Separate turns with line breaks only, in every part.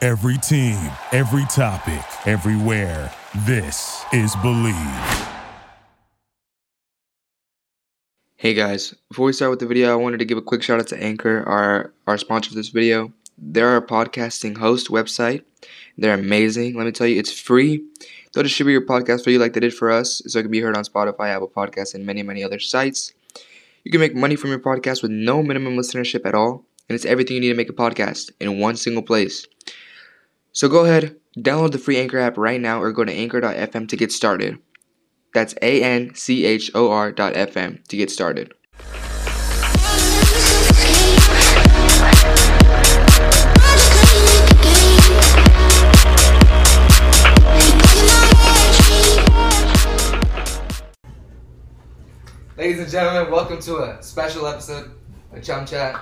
Every team, every topic, everywhere. This is Believe.
Hey guys, before we start with the video, I wanted to give a quick shout out to Anchor, our our sponsor of this video. They're our podcasting host website. They're amazing. Let me tell you, it's free. They'll distribute your podcast for you like they did for us, so it can be heard on Spotify, Apple Podcasts, and many, many other sites. You can make money from your podcast with no minimum listenership at all, and it's everything you need to make a podcast in one single place. So go ahead, download the free Anchor app right now or go to anchor.fm to get started. That's A N C H O R dot FM to get started. Ladies and gentlemen, welcome to a special episode of Chum Chat.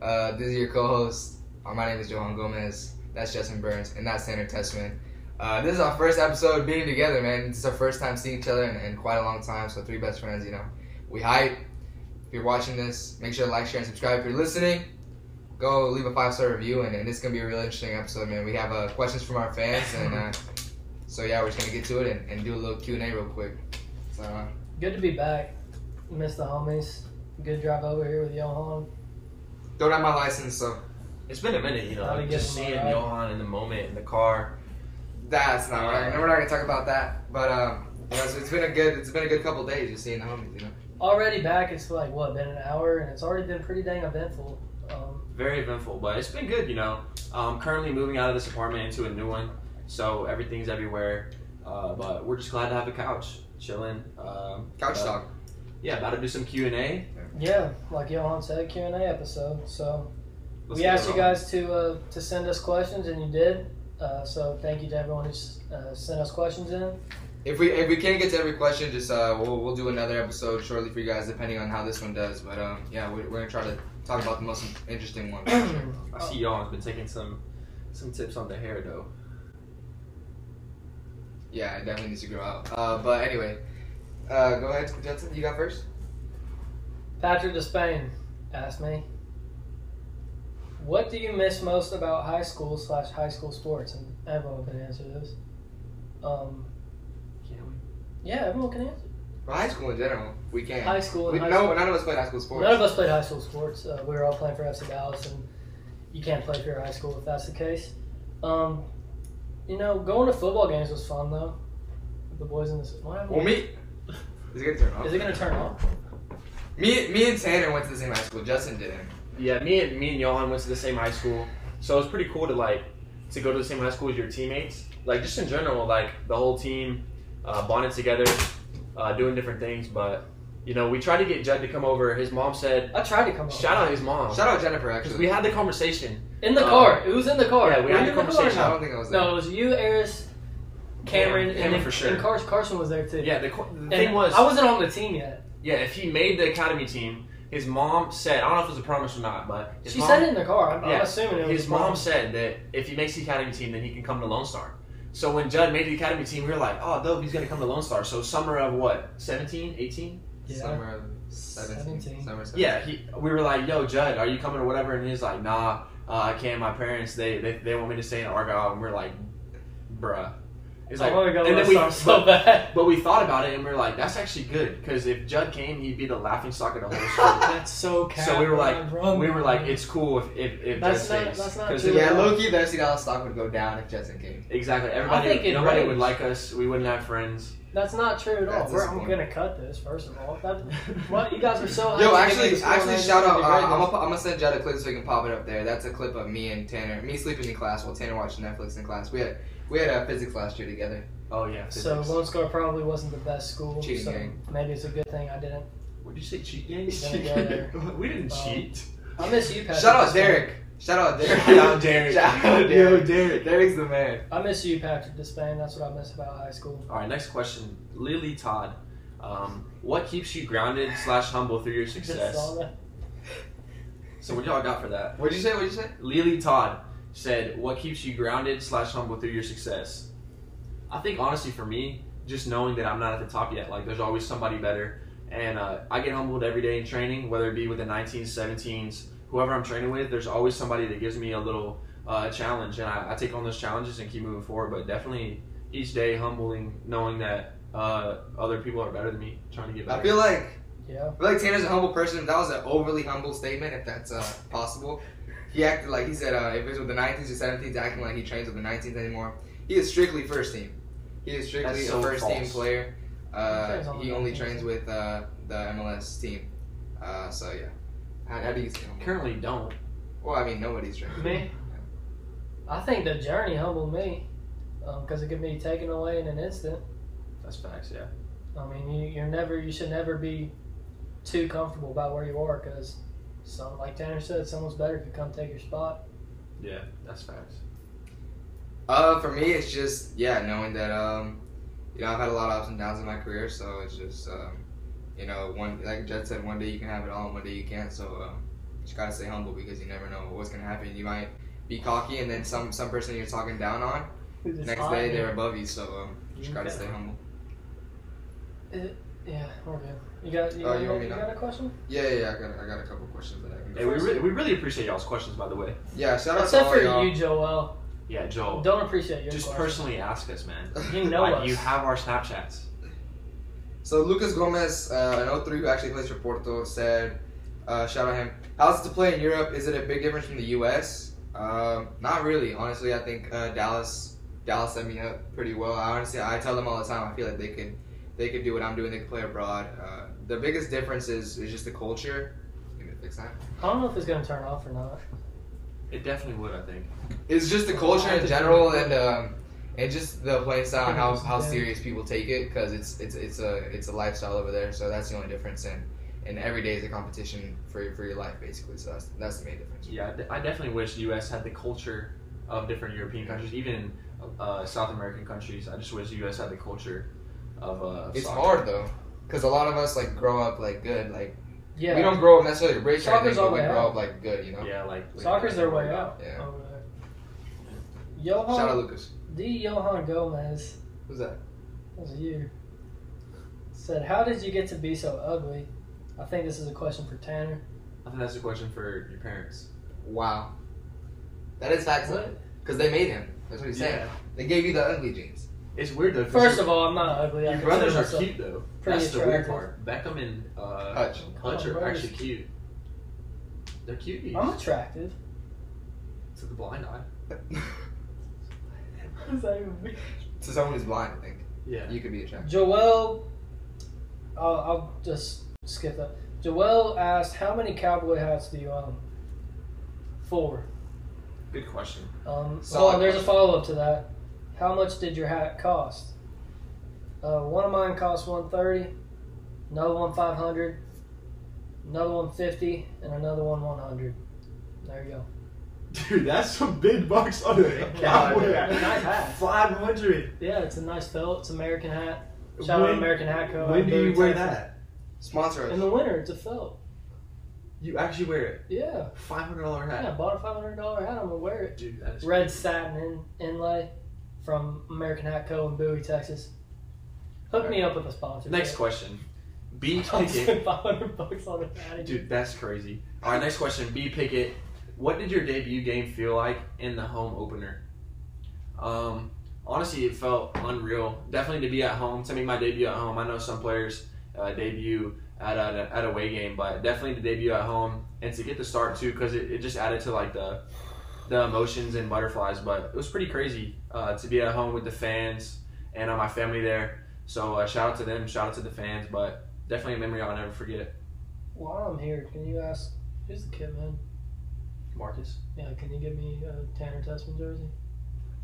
Uh, this is your co-host. Uh, my name is Johan Gomez. That's Justin Burns, and that's Tanner Tessman. Uh, this is our first episode being together, man. This is our first time seeing each other in, in quite a long time. So three best friends, you know. We hype. If you're watching this, make sure to like, share, and subscribe. If you're listening, go leave a five star review, and, and this is gonna be a really interesting episode, man. We have uh, questions from our fans, and uh, so yeah, we're just gonna get to it and, and do a little Q and A real quick. So. Uh,
Good to be back. Miss the homies. Good drive over here with Johan.
don't have my license, so
It's been a minute, you know,
Gotta
like
get
just
him
seeing
alright.
Johan in the moment in the car.
that's not right. And we're not gonna talk about that. But um, you know, it's, it's been a good, it's been a good couple days just seeing the homies, you know.
Already back. It's like what been an hour, and it's already been pretty dang eventful. Um,
Very eventful, but it's been good, you know. Um, currently moving out of this apartment into a new one, so everything's everywhere. Uh, but we're just glad to have a couch, chilling. Um,
Couch
uh,
talk.
Yeah, about to do some Q and A.
yeah, like Johan said, Q and A episode. So we asked you guys to uh, to send us questions, and you did. Uh, so thank you to everyone who's uh, sent us questions in.
If we if we can't get to every question, just uh, we'll, we'll do another episode shortly for you guys, depending on how this one does. But um, yeah, we're, we're gonna try to talk about the most interesting one.
I see Johan's been taking some some tips on the hair though.
yeah, it definitely needs to grow out. Uh, but anyway, uh, go ahead, Judson. You got first.
Patrick de Spain asked me, "What do you miss most about high school slash high school sports?" And everyone can answer this. Um,
Can't we?
yeah, everyone can answer.
Well, high school in general, we can.
High school and
We,
high
no,
school.
none of us played high school sports.
None of us played high school sports. Uh, we were all playing for FC Dallas, and you can't play for your high school if that's the case. Um, you know, going to football games was fun though. With The boys in this. What happened?
Well, me. Is it gonna turn off?
Is it gonna turn off?
Me, me and Tanner went to the same high school. Justin didn't.
Yeah, me and me and Johan went to the same high school, so it was pretty cool to like to go to the same high school as your teammates. Like just in general, like the whole team uh, bonded together, uh, doing different things. But you know, we tried to get Judd to come over. His mom said,
I tried to come.
"Shout out his
Oh.
mom,"
Shout out Jennifer,
because
actually.
we had the conversation.
in the
uh,
car. It was in the car.
yeah, we
Were
had
you
the
in car?
conversation.
I don't think I was there.
No, it was you, Eris, Cameron,
Cameron,
and,
Cameron for sure.
and Carson, Carson was there too.
Yeah, the, co- the
And
thing was,
I wasn't on the team yet.
yeah, if he made the academy team, his mom said, I don't know if it was a promise or not, but his
She
mom,
said it in the car. I'm, I'm
Yeah.
assuming it was
His
a problem.
mom said that if he makes the academy team, then he can come to Lone Star. So when Judd made the academy team, we were like, oh, dope, he's going to come to Lone Star. So summer of what, 17, 18?
Yeah.
Summer of 17.
Seventeen.
Summer of 17.
Yeah, he, we were like, yo, Judd, are you coming or whatever? And he's like, nah, uh, I can't. My parents, they, they they want me to stay in Argyle. And we're like, bruh. He's like,
I want to go
and then
to
we-
Star so bad.
but we thought about it and we were like, that's actually good because if Judd came, he'd be the laughing stock of the whole school.
That's so.
So we were like,
Cameron.
we were like, it's cool if if, if
That's
Jess
not-
stays.
that's not
'Cause
true.
it-
Yeah, low key, the FC Dallas stock would go down if Justin came.
Exactly. Everybody,
think it
nobody
raised.
would like us. We wouldn't have friends.
That's not true at all.
That's
We're, I'm
disappointing.
gonna cut this first of all. That, what you guys are so.
Yo,
high-tech in
actually,
this
actually,
world,
shout out.
it's gonna be
Uh,
great.
I'm gonna I'm gonna send Jed a clip so you can pop it up there. That's a clip of me and Tanner, me sleeping in class while Tanner watched Netflix in class. We had we had a physics last year together.
Oh yeah.
So
physics.
Lone Star probably wasn't the best school.
Cheating
so
gang.
maybe it's a good thing I didn't.
Would you say cheat games?
Cheat game.
we didn't
Um,
cheat.
I miss you, Patrick.
Shout out
Despain.
Derek. Shout out Derek.
Derek.
Shout out
Yo,
Derek.
Derek.
Derek's the man.
I miss you, Patrick Despain. That's what I miss about high school.
All right. Next question. Lily Todd. Um, what keeps you grounded slash humble through your
Just saw
success?
that.
So what y'all got for that?
What'd you say? What'd you say?
Lily Todd said, "What keeps you grounded slash humble through your success?" I think honestly, for me, just knowing that I'm not at the top yet. Like, there's always somebody better, and uh, I get humbled every day in training, whether it be with the 19s, 17s, whoever I'm training with. There's always somebody that gives me a little uh, challenge, and I, I take on those challenges and keep moving forward. But definitely each day humbling, knowing that uh, other people are better than me, trying to get better.
I feel like
Yeah.
I feel like Tanner's a humble person. If that was an overly humble statement, if that's uh, possible, he acted like he said uh, if it's with the 19s or 17s, acting like he trains with the 19s anymore. He is strictly first team. He is strictly
That's so
a first team
false.
player.
He
Uh,
trains on the
he only
19s.
trains with uh, the MLS team. Uh, so yeah, how, how do you say humble?
currently don't.
Well, I mean nobody's training.
Me? I think the journey humbled me because it could be taken away in an instant.
That's facts. Yeah.
I mean, you, you're never, you should never be too comfortable about where you are because, some, like Tanner said, someone's better could come take your spot.
Yeah. That's facts.
Uh, for me, it's just yeah, knowing that um, you know, I've had a lot of ups and downs in my career, so it's just um, you know, one like Jed said, one day you can have it all, and one day you can't. So um, just gotta stay humble because you never know what's gonna happen. You might be cocky, and then some some person you're talking down on
Who's this
next
hot
day
dude?
they're above you. So um, just gotta stay humble.
Yeah, we're good. You got, you,
Oh,
got-
you want me
you
to-
got a question?
Yeah, yeah, yeah, I got I got a couple questions that I can
Hey,
go.
we, re- we really appreciate y'all's questions, by the way.
Yeah, shout out to
Except
all
for
y'all.
you, Joel.
Yeah, Joel.
Don't appreciate your
Just
question.
personally ask us, man.
You know
Like,
us.
You have our Snapchats.
So Lucas Gomez, uh, an 03 who actually plays for Porto, said, uh, shout out him. How's it to play in Europe? Is it a big difference from the U.S.? Um, not really, honestly. I think uh, Dallas, Dallas set me up pretty well. I honestly, I tell them all the time. I feel like they could, they could do what I'm doing. They could play abroad. Uh, the biggest difference is is just the culture. Give me a fix that.
I don't know if it's gonna turn off or not.
It definitely would, I think.
It's just the culture in general and um, and just the playing style and how, how serious people take it because it's it's it's a it's a lifestyle over there. So that's the only difference. And and every day is a competition for for your life basically. So that's that's the main difference.
Yeah, I de- I definitely wish the U.S. had the culture of different European countries, even uh, South American countries. I just wish the U.S. had the culture of. Uh,
It's
soccer.
hard though because a lot of us like grow up like good. Like
Yeah.
we don't grow up necessarily rich or anything,
Soccer's our
but we
way
grow
out.
up like good. You know.
Yeah, like
Soccer's their way out.
Yeah.
Over there.
Shout out
Johan,
Lucas.
D. Johan Gomez,
Who's that?
that was you, said, How did you get to be so ugly? I think this is a question for Tanner.
I think that's a question for your parents.
Wow. That is facts
What?
because they made him. That's what he's saying.
Yeah.
They gave you the ugly genes.
It's weird though. 'cause
First
your-
of all, I'm not ugly. I
your brothers
consider
are
myself-
cute though.
pretty
That's the weird
attractive.
part. Beckham and uh,
Hutch.
Hutch
Oh,
are
brothers.
actually cute. They're cute.
I'm attractive.
to the blind eye.
What does that even mean?
to someone who's blind, I think
Yeah.
you could be attractive.
Joel, I'll, I'll just skip that. Joel asked, How many cowboy hats do you own? Four.
Good question.
Um,
Solid
oh, there's a
question.
follow up to that. How much did your hat cost? Uh, one of mine cost 130, another one 500, another one 50, and another one 100. There you go.
Dude, that's some big bucks on a
cowboy hat. Nice hat.
Five hundred.
Yeah, it's a nice felt. It's American hat. Shout out American Hat Co. out of Boone, Texas.
Sponsor us.
In the winter, it's a felt.
You actually wear it.
Yeah.
Five hundred dollar
Yeah, I bought a $500 hat. I'm going to wear it.
Dude, that is
Red satin in- inlay from American Hat Co. in Bowie, Texas. Hook me up with a sponsor.
Next question. B
I'll
Pickett.
spend 500 bucks on a hat.
Dude, that's crazy. All right, next question. B Pickett. What did your debut game feel like in the home opener? Um, honestly, it felt unreal. Definitely to be at home, to make my debut at home. I know some players uh, debut at a, at a away game, but definitely to debut at home and to get the start too, because it, it just added to like the the emotions and butterflies. But it was pretty crazy uh, to be at home with the fans and uh, my family there. So uh, shout out to them, shout out to the fans, but definitely a memory I'll never forget.
While I'm here, can you ask who's the kid, man?
Marcus.
Yeah, can you give me a Tanner Tessman jersey?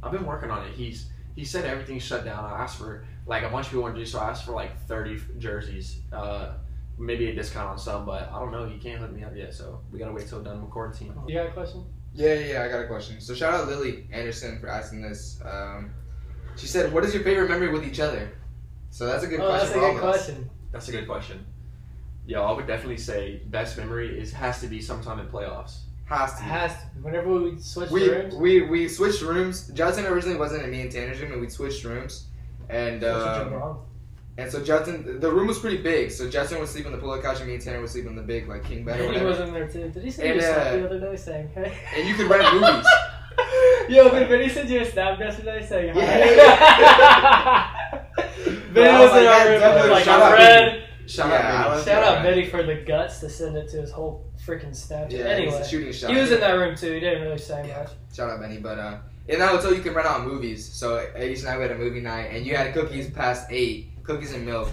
I've been working on it. He's he said everything's shut down. I asked for like a bunch of people wanted to do so. I asked for like thirty jerseys, uh, maybe a discount on some, but I don't know. He can't hook me up yet, so we gotta wait till done with quarantine.
You got a question?
Yeah, yeah, yeah, I got a question. So shout out Lily Anderson for asking this. Um, she said, "What is your favorite memory with each other?" So that's a good
oh,
question.
that's a
for
good
all of us.
question.
That's a good question. Yeah, I would definitely say best memory is has to be sometime in playoffs.
Has
It
to. be.
has to. Whenever we switch
we
rooms,
we we switched rooms. Judson originally wasn't in me and Tanner's room, and we switched rooms. And
switch each other
um,
on.
and so Judson, the room was pretty big. So Judson would sleep on the pillow couch, and me and Tanner would sleep on the big like king bed or
He
whatever.
wasn't there too. Did he say
And,
you slept
uh,
the other day saying, hey?
and you could rent movies.
Yo, when Vinny sent you a snap yesterday saying hi.
Yeah.
Vinny
I
was
was
in
like,
our
"Man,
room
definitely
and was like,
shout
I'm
out
red.
Shout
Yeah, I
out,
was-
Vinny.
Shout out
Right.
Vinny.
Vinny for the guts to send it to his whole freaking Snapchat.
Yeah,
anyway,
he's a shooting shot.
he was in that room too. He didn't really say
Yeah.
much.
Shout out Benny, but uh, and that was all you could rent out movies. So Ace and I we had a movie night, and you had cookies past eight, cookies and milk.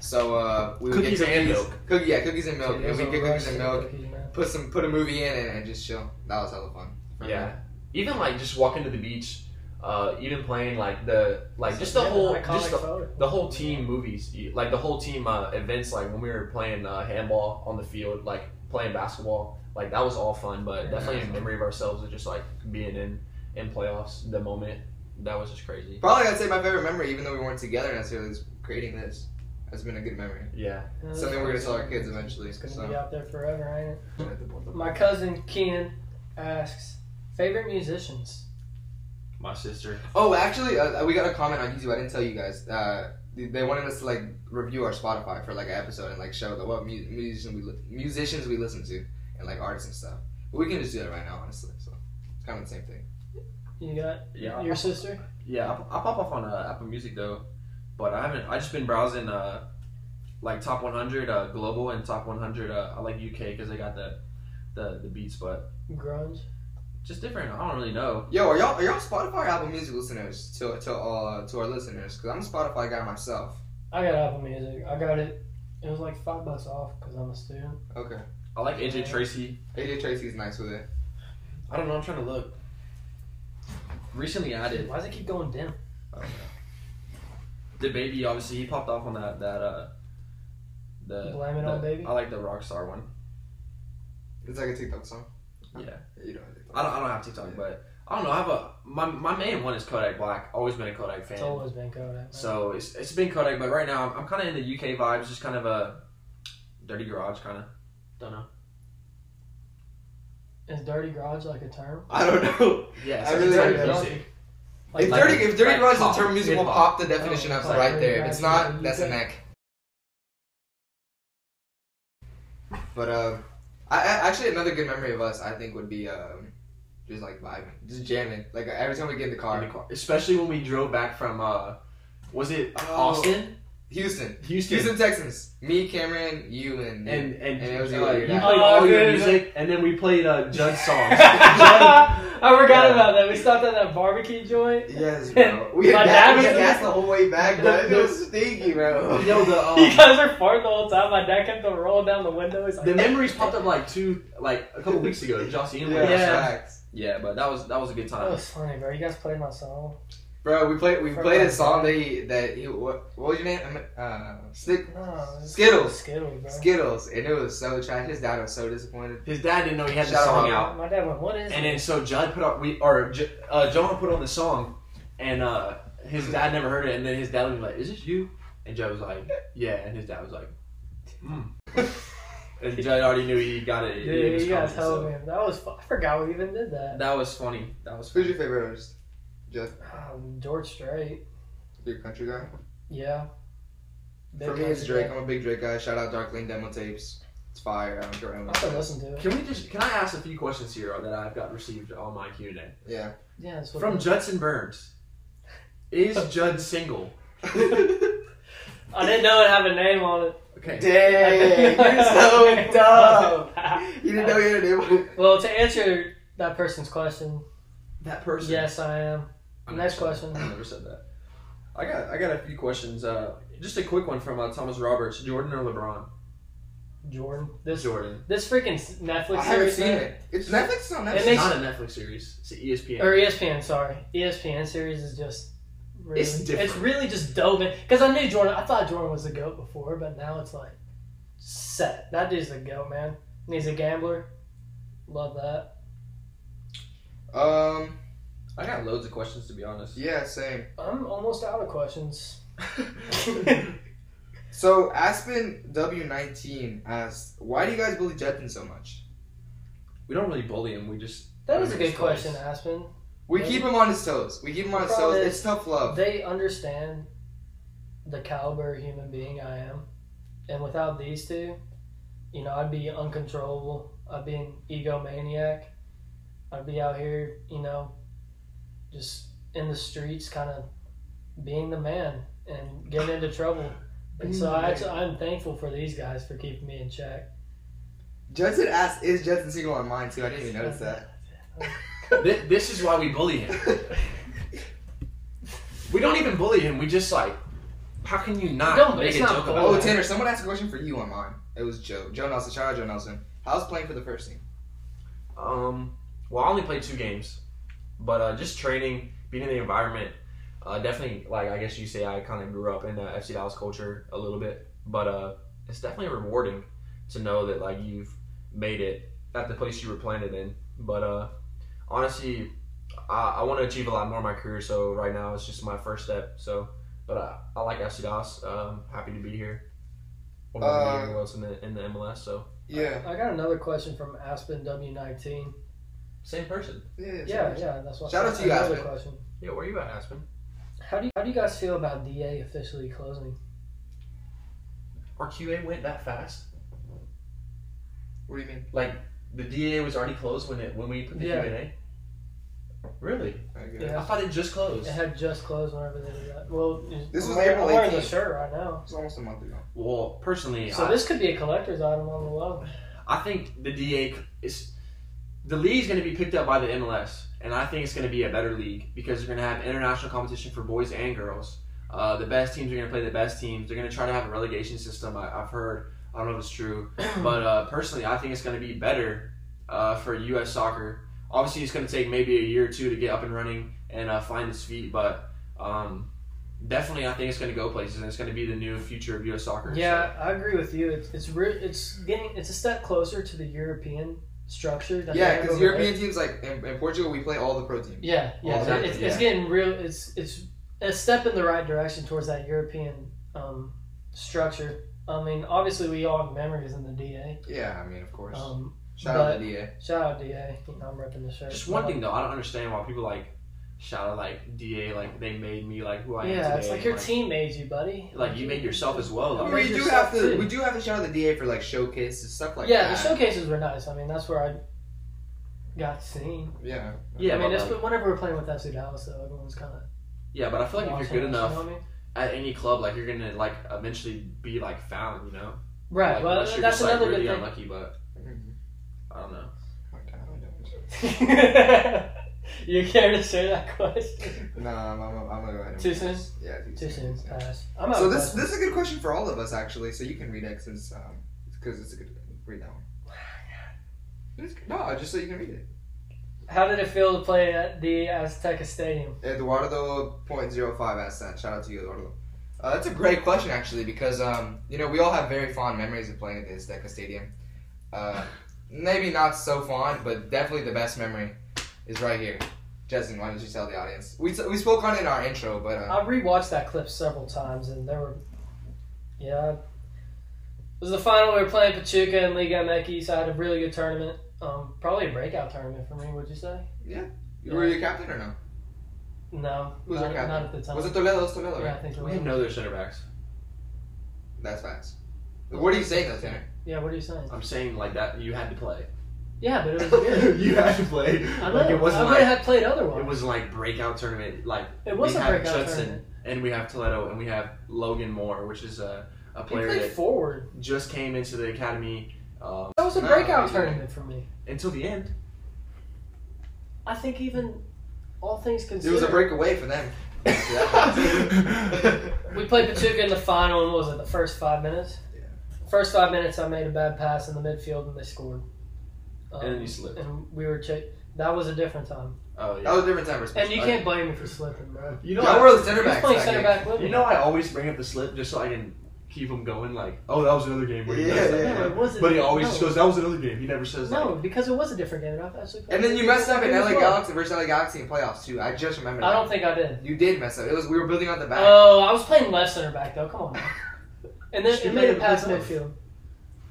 So uh, we would
Cookies
get
and
cookies,
milk.
Cookie, yeah, cookies and milk, and we get cookies and milk.
milk.
Put some, put a movie in, and, and just chill. That was hella fun.
Yeah. Even like just walking to the beach, uh, even playing like the like just the
Yeah,
whole
iconic
just the,
photo.
the whole team movies you- like the whole team uh, events like when we were playing uh, handball on the field like playing basketball like that was all fun but
Yeah,
definitely a
that's
memory of ourselves is just like being in in playoffs the moment that was just crazy
Probably I'd say my favorite memory, even though we weren't together necessarily, is creating this. Has been a good memory.
yeah
Yeah,
Something we're gonna tell our kids eventually.
It's gonna
So.
be out there forever, ain't it? My cousin Ken asks favorite musicians.
My sister.
Oh, actually, uh, we got a comment on YouTube. I didn't tell you guys. Uh, they- they wanted us to like review our Spotify for like an episode and like show the what mu- musician we li- musicians we listen to and like artists and stuff. But we can just do that right now, honestly. So it's kind of the same thing.
You got
Yeah.
your sister?
Yeah, I, I pop off on uh, Apple Music though, but I haven't. I just been browsing uh, like top 100 uh, global and top 100. Uh, I like UK because they got the, the the beats, but
Grunge.
just different. I don't really know.
Yo, are y'all are y'all Spotify or Apple Music listeners to to uh, to our listeners? Because I'm a Spotify guy myself.
I got Apple Music. I got it. It was like five bucks off because I'm a student.
Okay,
I like AJ Tracy.
AJ Tracy's nice with it.
I don't know. I'm trying to look. Recently added
Why does it keep going dim?
the baby. Obviously, he popped off on that that uh. The,
Blame It
the-
on Baby?
I like the Rockstar one.
It's like a TikTok song.
Yeah.
You don't have TikTok.
I don't, I don't have TikTok, but I don't know. I have a my, my main one is Kodak Black. Always been a Kodak fan.
It's always been Kodak. man.
So it's, it's been Kodak, but right now I'm, I'm kind of in the UK vibes, just kind of a dirty garage kind of. Don't know.
Is dirty garage like a term?
I don't know.
Yeah,
I
so
really
it's
like
dirty
that.
music.
Like,
if
like-
dirty if dirty
like
garage
pop,
is the term music, will
hip-hop.
pop the definition up
Like
right
dirty
there. If
garage
it's
is
not,
the
that's a
UK.
neck. But uh, I, I actually another good memory of us I think would be um, just like vibing, just jamming. Like uh, every time we get in the
In the
car,
car. Especially when we drove back from uh, was it
Oh.
Austin,
Houston,
Houston,
Houston Texans, me, Cameron, you, and
and
And
and,
it was
uh,
you and
you
your
played
dad.
all
Oh,
your
dude.
music, and then we played uh, Judd's songs. Judd,
I forgot
Yeah.
about that. We stopped at that barbecue joint.
yes, bro. We
My
had
dad
gas, we
was
had
in the-
gas the whole way back,
The-
but it
the-
was stinky, bro.
yo, the um,
you guys were farting the whole time. My dad kept on rolling down the window. He's like,
the memories popped up like two like a couple weeks ago. Jossie and
Yeah,
yeah.
Yeah.
facts.
yeah, but that was that was a good
That
time.
was funny, bro. You guys played my song.
Bro, we played we played a song that he, that he, what, what was your name? Uh, Slick
No, it was
Skittles.
Skittles, Oh, bro.
Skittles, and it was so trash. His dad was so disappointed.
His dad didn't know he had the
Shout
song
out.
out.
My dad went, what is
And
it?
then so Judd put on we or J- uh, Jonah put on the song, and uh, his dad never heard it. And then his dad was like, "Is this you?" And Judd was like, "Yeah." And his dad was like, "Hmm." and Judd already knew he got it. He
Dude,
was
you guys
coming,
told
so-
me. That was fu- I forgot we even did that.
That was funny. That was
Who's
funny.
your favorite artist?
Um, George Strait.
Your country guy?
Yeah. Big
For me, it's
country
Drake. I'm a big Drake guy. Shout out Dark Lane demo tapes. It's fire. I don't care
guy.
what
I still
anyone says.
listen to it.
Can we just? Can I ask a few questions here that I've got received on my Q and A
Yeah.
Yeah, that's what
from Judson Burns? Is Judd single?
I didn't know it had a name on it.
Okay.
Dang, you're so dumb. You didn't know you had a name. on it.
Well, to answer that person's question,
That person.
yes, I am.
I
Next
never said
question.
that. I never said that. I got I got a few questions. Uh, just a quick one from uh, Thomas Roberts: Jordan or LeBron?
Jordan. This
Jordan.
this freaking s- Netflix
I haven't
series.
seen
man.
it. It's Netflix. It's on
It
It's
Netflix.
makes-
not a Netflix series. It's E an ESPN.
Or E ESPN, sorry. ESPN series is just. Really,
It's different.
really just dope. Because I knew Jordan. I thought Jordan was the GOAT before, but now it's like set. That dude's the GOAT, man. And he's a gambler. Love that.
Um.
I got loads of questions to be honest.
Yeah. Same.
I'm almost out of questions.
So Aspen W19 asked, "Why do you guys bully Jetson so much?
we don't really bully him. We just
That was a good
Next place.
question, Aspen.
We
Yeah.
keep him on his toes. We keep him on his
Problem
toes.
is-
It's tough love.
They understand the caliber of human being I am. And without these two, you know, I'd be uncontrollable. I'd be an egomaniac. I'd be out here, you know, just in the streets, kind of being the man and getting into trouble. And so I, I'm thankful for these guys for keeping me in check.
Judson asked, "Is Judson single on mine too?" I didn't even notice that.
This, this is why we bully him. We don't even bully him. We just like, how can you not
No,
make
it's
a
not
joke about
oh,
it?
Tanner, someone asked a question for you on mine. It was Joe, Joe Nelson. Shout out Joe Nelson. How's playing for the first team?
Um,
Well, I only played two games, but uh, just training, being in the environment, uh, definitely like I guess you say I kind of grew up in the FC Dallas culture a little bit, but uh, it's definitely rewarding to know that like you've made it at the place you were planted in. But uh, honestly, I, I want to achieve a lot more in my career, so right now it's just my first step. So, but uh, I like FC Dallas. Um, happy to be here. One more
Uh,
than anyone else in the in the MLS, so
Yeah,
I got another question from Aspen W19.
same person.
yeah,
Yeah, yeah, that's what.
Shout out to you,
another
Aspen.
question.
Yeah, where you at, Aspen?
How do you, how do you guys feel about DA officially closing?
Our QA went that fast.
What do you mean?
Like the DA was already closed when it when we put the
Yeah.
Q&A. Really?
I guess.
Yeah.
I thought it just closed.
It had just closed whenever they did that. Well,
This was
I'm wearing-
April
I'm wearing the
18th.
shirt right now.
It's almost a month ago.
well, personally,
So
I,
this could be a collector's item on the low.
I think the DA c- is the league's going to be picked up by the MLS, and I think it's going to be a better league because they're going to have international competition for boys and girls. Uh, the best teams are going to play the best teams. They're going to try to have a relegation system. I, I've heard. I don't know if it's true, but uh, personally, I think it's going to be better uh, for U.S. soccer. Obviously, it's going to take maybe a year or two to get up and running and uh, find its feet, but um, definitely, I think it's going to go places, and it's going to be the new future of U.S. soccer. so-
Yeah, I agree with you. It's it's re- it's getting it's a step closer to the European structure. That they
Yeah,
have
because
over there.
European teams like in, in Portugal, we play all the pro teams.
Yeah, yeah,
All that,
it's, it's getting real. It's it's a step in the right direction towards that European um, structure. I mean, obviously, we all have memories in the DA.
Yeah, I mean, of course.
Um,
Shout out to
but-
DA.
shout out DA. You know, I'm repping the shirt.
Just one thing though, I don't understand why people like shout out like DA like they made me like who I am
Yeah,
today.
it's like your team made you, buddy.
Like you made yourself as well.
I mean,
Like,
we
Major
do have
stuff,
to.
too.
We do have to shout out the DA for like showcases stuff like
yeah, the
that.
showcases were nice. I mean, that's where I got seen.
Yeah.
yeah,
I mean,
but,
it's,
like-
whenever we're playing with FC Dallas, though, everyone's kind of
yeah, but I feel like if you're good enough
You know what I mean?
at any club, like you're gonna like eventually be like found, you know?
Right.
Like,
well,
unless you're
that's
just,
another
like, really
good thing.
unlucky, but
Mm-hmm.
I don't know.
you care to say that question?
No, I'm, I'm, I'm gonna go ahead. And
Too soon?
Yeah, too,
Too soon.
Yeah.
Pass. I'm out
So
of
this
questions.
this is a good question for all of us actually. So you can read it since um because it's a good read that one. It's- No, just so you can read it.
How did it feel to play at the Azteca Stadium?
Eduardo point zero five asked that. Shout out to you, Eduardo. Uh, that's a great question actually because um you know we all have very fond memories of playing at the Azteca Stadium. Uh, maybe not so fond, but definitely the best memory is right here. Justin, why don't you tell the audience? We, we spoke on it in our intro, but uh,
I rewatched that clip several times, and there were, yeah, it was the final. We were playing Pachuca and Liga MX. I had a really good tournament. Um, probably a breakout tournament for me. Would you say?
you were your captain or no?
No,
Who was
not,
our captain?
not at the time.
Was it Toledo? It was Toledo, right?
yeah, I think it
We
was.
have no other center backs.
That's facts. What are you saying though, Tanner?
Yeah, what are you saying?
I'm saying like that you had to play.
Yeah, but it was good.
had to play.
I know.
Like,
I
it wasn't
would
like
have played other
it
ones.
was like breakout tournament like
It was
we
a
have
breakout
Judson
tournament.
and we have Toledo and we have Logan Moore, which is a, a
He
player
played
that
forward.
just came into the academy um,
That was a
No,
breakout
he didn't.
tournament for me.
until the end.
I think even all things
It
considered,
was a breakaway for them.
We played Pachuca in the final, and what was it, the first five minutes?
Yeah.
First five minutes, I made a bad pass in the midfield, and they scored. Um,
And then you slipped.
And we were ch- That was a different time.
Oh
That
yeah.
was a different time.
And you can't blame me for slipping, bro.
You know,
No,
I,
we're the center
He was
backs.
playing
that
center
game.
back left.
you know, I always bring up the slip just so I can keep him going. Like, oh, that was another game. Where he
Yeah,
does that.
yeah.
No, it wasn't.
But he always
no.
just goes, that was another game. He never says
No,
that.
because it was a different game, and I've actually played
And then you
Pachuca
messed up in
as
LA
well.
Galaxy versus LA Galaxy in playoffs too. I just remembered.
I
that.
don't think I did.
you did mess up. It was we were building out the back.
Oh, I was playing left center back though. Come on. man. And then
Just
it made
be
it past
playing
midfield.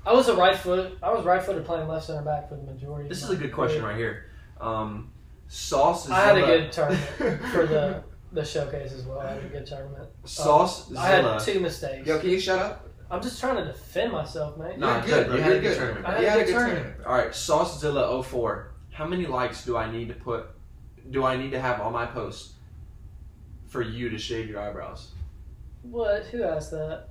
I was a right foot. I was right footed playing left center back for the majority. of
This is
my
a good question
career.
right here. Um, Sauce.
I had a
Zilla-
good tournament for the um, the showcase as well. I had a good tournament.
Sauce.
I had
Zilla.
two mistakes.
Yo, can you shut up?
I'm just trying to defend myself, man.
Nah,
You're
good,
bro.
you had
You're
a good
good.
tournament.
I
You
had a
had a
good
good
tournament.
tournament.
oh All right, Saucezilla04. How many likes do I need to put do I need to have on my post for you to shave your eyebrows?
What? Who asked that?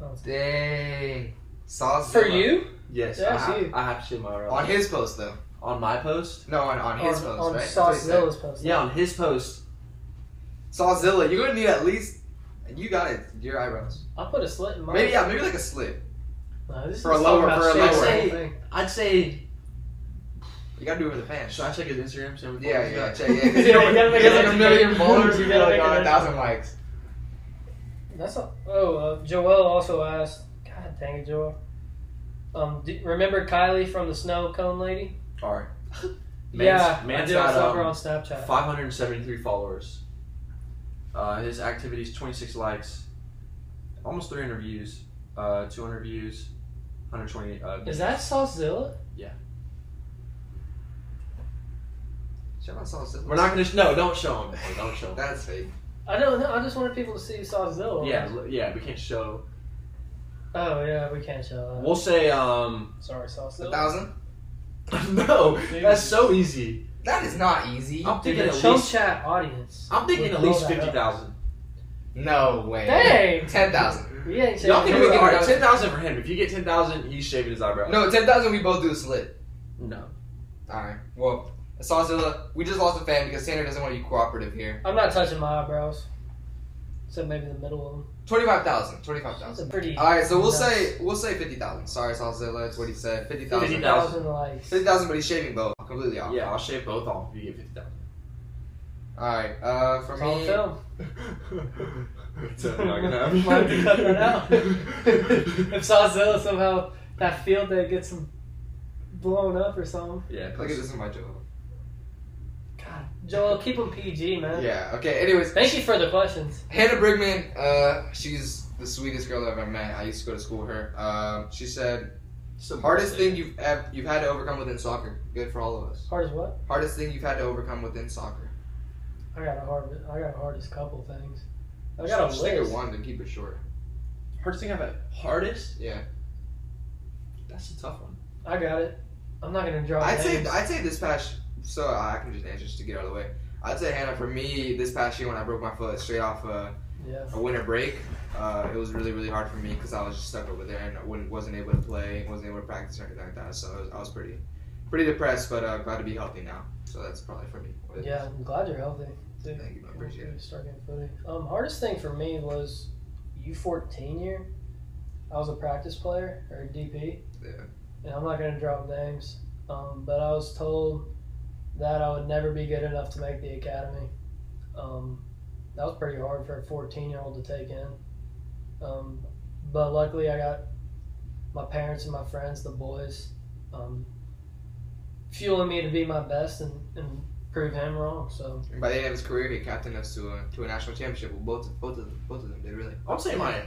Oh, it's-
Dang. Sawzilla.
For you?
Yes, I,
That's
have,
you.
I have to shave my eyebrows.
On his post, though.
On my post?
No, on, on his
on,
post,
on
right? That's what he said.
Sawzilla's post.
Yeah, on his post.
Sawzilla, you're gonna need at least. You got it. Your eyebrows.
I'll put a slit in mine.
Maybe yeah, maybe like a slit.
No, this
for
is
a lower-
about
for a
shapes
lower.
and everything.
I'd say.
You gotta do it with a fan.
Should I check his Instagram? see how many
Yeah,
followers he
yeah,
got?
check, yeah. 'cause
Yeah,
you
you gotta make
get
it
like a
look
million
good.
followers,
You
you get
gotta
like
make it
a
look
thousand likes.
That's not. Oh, uh, Joel also asked. God dang it, Joel. Um, do, remember Kylie from the snow cone lady?
Alright.
yeah,
man's
I do. I
got,
saw her
um,
on Snapchat.
573 followers. Uh, his activities 26 likes, almost 300 views, uh, 200 views, 120. Uh,
Is that Sawzilla?
Show my Sawzilla.
We're not gonna sh- no, don't show him. Hey, Don't show him.
That's fake.
I don't know. I just wanted people to see Sawzilla.
yeah, l- yeah, we can't show.
Oh yeah, we can't show that.
We'll say um.
Sorry,
A
Sawzilla.
thousand?
no, that's so easy.
That is not easy.
I'm
Dude,
thinking
the
at
Chump
least.
Chat audience.
I'm thinking
would
at
blow
least
that up.
fifty thousand.
No way.
Dang.
Ten thousand.
We ain't
Y'all
changing
can
can
do it.
get
All right,
another-
ten thousand for him. If you get ten thousand, he's shaving his eyebrows.
No, ten thousand. We both do a slit.
no.
All right. Well, Sawzilla, we just lost a fan because Tanner doesn't want to be cooperative here.
I'm not touching my eyebrows. Except maybe the middle of them.
Twenty-five thousand. Twenty-five
That's
thousand.
a pretty.
All right. So we'll
nuts.
say we'll say fifty thousand. Sorry, Sawzilla. That's what he said. Fifty thousand.
50,000.
50,000 likes.
Fifty thousand, but he's shaving both. Completely off.
Yeah, I'll shave both off if you get fifty thousand.
All right. Uh, for
It's on
me.
film.
it's not gonna happen.
Might have to cut that out. if Sawzilla somehow that field day gets him blown up or something.
yeah,
Look at
please.
this in my Joel.
God, Joel, keep him PG, man.
Yeah. Okay. Anyways,
Thank you for the questions.
Hannah Brigman, uh, she's the sweetest girl I've ever met. I used to go to school with her. Um, she said,
It's the
"Hardest thing you've ev- you've had to overcome within soccer. Good for all of us.
Hard as what?
Hardest thing you've had to overcome within soccer.
I got a hard. I got a hardest couple things. I
Just-
got a
just think of
list.
one to keep it short.
hardest thing I've had. Hardest?
Yeah.
That's a tough one.
I got it. I'm not gonna draw.
I'd say
names.
I'd say this past. So I can just answer just to get out of the way. I'd say Hannah for me this past year when I broke my foot straight off uh,
yeah.
a winter break. Uh, it was really, really hard for me because I was just stuck over there and I wouldn't, wasn't able to play, wasn't able to practice or anything like that. So I was, I was pretty, pretty depressed, but uh, glad to be healthy now. So that's probably for me. what it is.
Yeah, I'm glad you're healthy. Dude,
Thank you, I appreciate it.
Start getting footy. Um, hardest thing for me was U14 year. I was a practice player or a DP.
Yeah.
And I'm not gonna drop names, um, but I was told that I would never be good enough to make the academy. Um, that was pretty hard for a 14 year old to take in. Um, but luckily, I got my parents and my friends, the boys, um, fueling me to be my best and, and prove him wrong. So
And by the end of his career, he captained us to a, to a national championship. Well, both, of- both of them, both of them did really.
I'll say my,